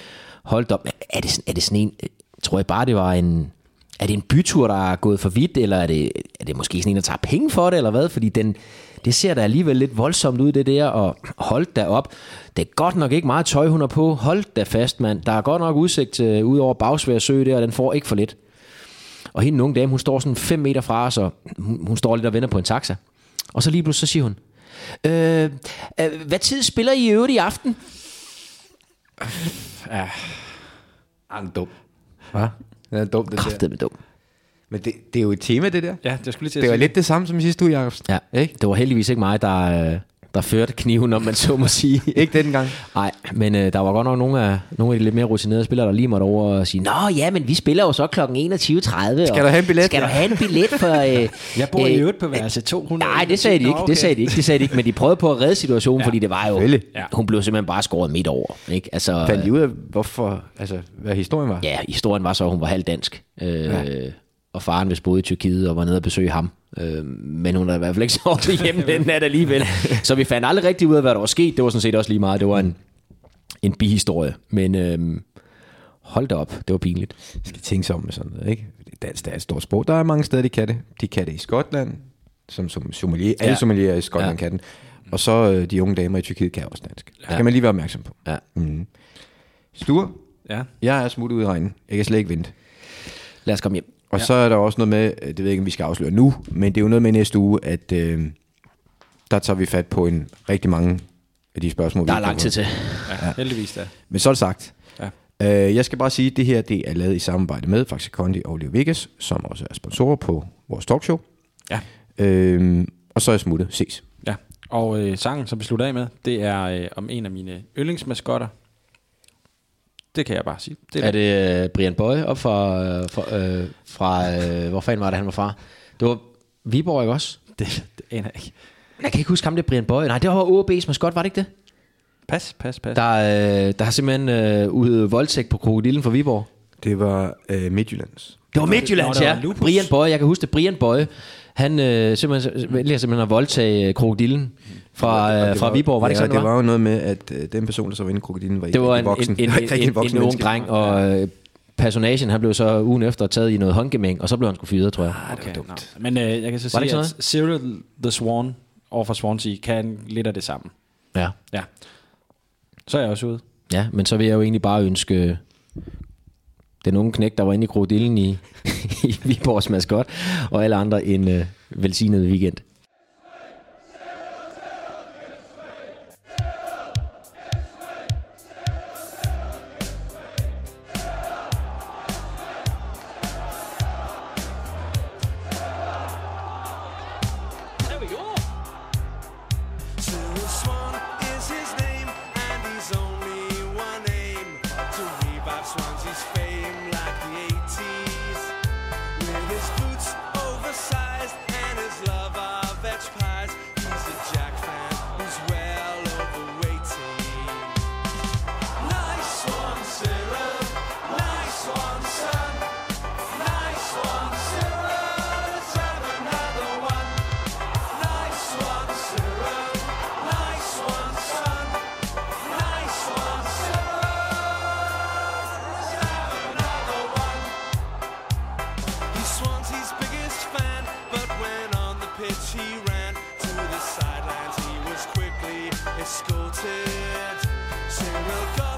Hold da op, er det, sådan- er det sådan en... øh, Tror jeg bare, det var en... Er det en bytur, der er gået for vidt, eller er det, er det måske sådan en, der tager penge for det, eller hvad? Fordi den, det ser da alligevel lidt voldsomt ud, det der, og hold da op. Det er godt nok ikke meget tøj, hun har på. Hold da fast, mand. Der er godt nok udsigt øh, ud over Bagsvær Sø der, og den får ikke for lidt. Og hende en unge dame, hun står sådan 5 meter fra os, og hun, hun står lidt og venter på en taxa. Og så lige pludselig, så siger hun, øh, øh, hvad tid spiller I i øvrigt i aften?
Ja. Han Ah, er dum. Hvad? Den er dum, det der.
Kraftedeme dum.
Men det, det er jo et tema, det der.
Ja, det skulle lige til
Det var lidt det samme som i sidste uge, Jacobsen.
Ja, ikke? det var heldigvis ikke mig, der, øh, der førte kniven, om man så må sige.
Ikke
<laughs>
dengang.
Nej, men øh, der var godt nok nogle af, nogle af de lidt mere rutinerede spillere, der lige måtte over og sige, Nå ja, men vi spiller jo så kl. 21.30. Skal
du have en billet?
Skal du have en billet for... Øh,
Jeg bor i
øh,
øvrigt på værelse 200.
Nej, det sagde de
Nå,
ikke, det sagde de ikke, det sagde de ikke, men de prøvede på at redde situationen, ja. fordi det var jo,
Selvfølgelig.
hun blev simpelthen bare skåret midt over, ikke? Altså,
Fandt I ud af, hvorfor, altså, hvad historien var?
ja, historien var så, at hun var halvdansk, øh, ja. og faren vist boede i Tyrkiet og var nede og besøge ham, øh, men hun havde i hvert fald ikke <laughs> sovet hjemme den nat <laughs> alligevel, så vi fandt aldrig rigtig ud af, hvad der var sket, det var sådan set også lige meget, det var en, en bihistorie, men øh, hold da op, det var pinligt.
Jeg skal tænke sig om med sådan noget, ikke? Dansk det er et stort sprog. Der er mange steder, de kan det. De kan det i Skotland, som, som sommelier. Alle
Ja.
sommelierer i Skotland
Ja.
ja. kan den. Og så øh, de unge damer i Tyrkiet kan også dansk. Ja.
Ja.
Skal man lige være opmærksom på.
Ja.
Mm. Sture?
Ja.
Jeg er smuttet ud i regnen. Jeg kan slet ikke vente.
Lad os komme hjem.
Og ja. så er der også noget med, øh, det ved jeg ikke, om vi skal afsløre nu, men det er jo noget med næste uge, at øh, der tager vi fat på en rigtig mange af de spørgsmål,
Der
vi
er
ikke
lang
har
tid til.
fået.
Ja, heldigvis da.
Men så er det sagt.
Ja.
Øh, jeg skal bare sige, at det her det er lavet i samarbejde med Faxe Kondi og Leo Vegas, som også er sponsorer på vores talkshow.
Ja.
Øh, og så er jeg smuttet. Ses.
Ja, og øh, sangen, som vi slutter af med, det er øh, om en af mine yndlingsmaskotter. Det kan jeg bare sige.
Det er, er det øh, Brian Bøje op fra, øh, fra, øh, fra øh, hvor fanden var det, han var fra? Det var Viborg, ikke også?
Det, <laughs> det aner jeg ikke.
Jeg kan ikke huske ham, det er Brian Bøje. Nej, det var OB's maskot, var det ikke det?
Pas, pas, pas.
Der, øh, der har simpelthen øh, ude voldtægt på krokodillen fra Viborg.
Det var øh, Midtjyllands.
Det var Midtjyllands,
Nå, der
ja.
var lupus.
Brian Bøje, jeg kan huske det. Brian Bøje, han øh, simpelthen, vælger simpelthen at voldtage øh, krokodillen fra,
Og
øh,
det
fra
var-
Viborg. Var det
ja,
ikke sådan,
det var jo noget med, at øh, den person, der så var inde i krokodilen, var ikke
Det var
rigtig
en,
voksen.
en, en,
<laughs> Var ikke rigtig
en, en,
voksen
en ung
menneske.
dreng, og øh, personagen, han blev så ugen efter taget i noget håndgemæng, og så blev han sgu fyret, tror jeg.
Ah,
okay, dumt. Nå. Men øh, jeg kan så
Var det
sige,
ikke
at Cyril the Swan over fra Swansea kan lidt af det samme.
Ja.
Ja. Så er jeg også ude.
ja, men så vil jeg jo egentlig bare ønske øh, den unge knæk, der var inde i krokodillen i, <laughs> i Viborgs maskot, og alle andre en øh, velsignet weekend.
There we go. Cyril Swan is his name, and he's only one aim to revive Swansea's fame like the 80s. With his boots oversized and his love of veg pies, he's a Jack fan who's well overweighty. Nice one, Cyril. Nice one, son. Nice one, Cyril. Let's have another one. Nice one, Cyril. Nice one, son. Nice one, Cyril. Let's have another one. He's Swansea's biggest fan, but when on the pitch he ran to the sidelines, he was quickly escorted. Cyril got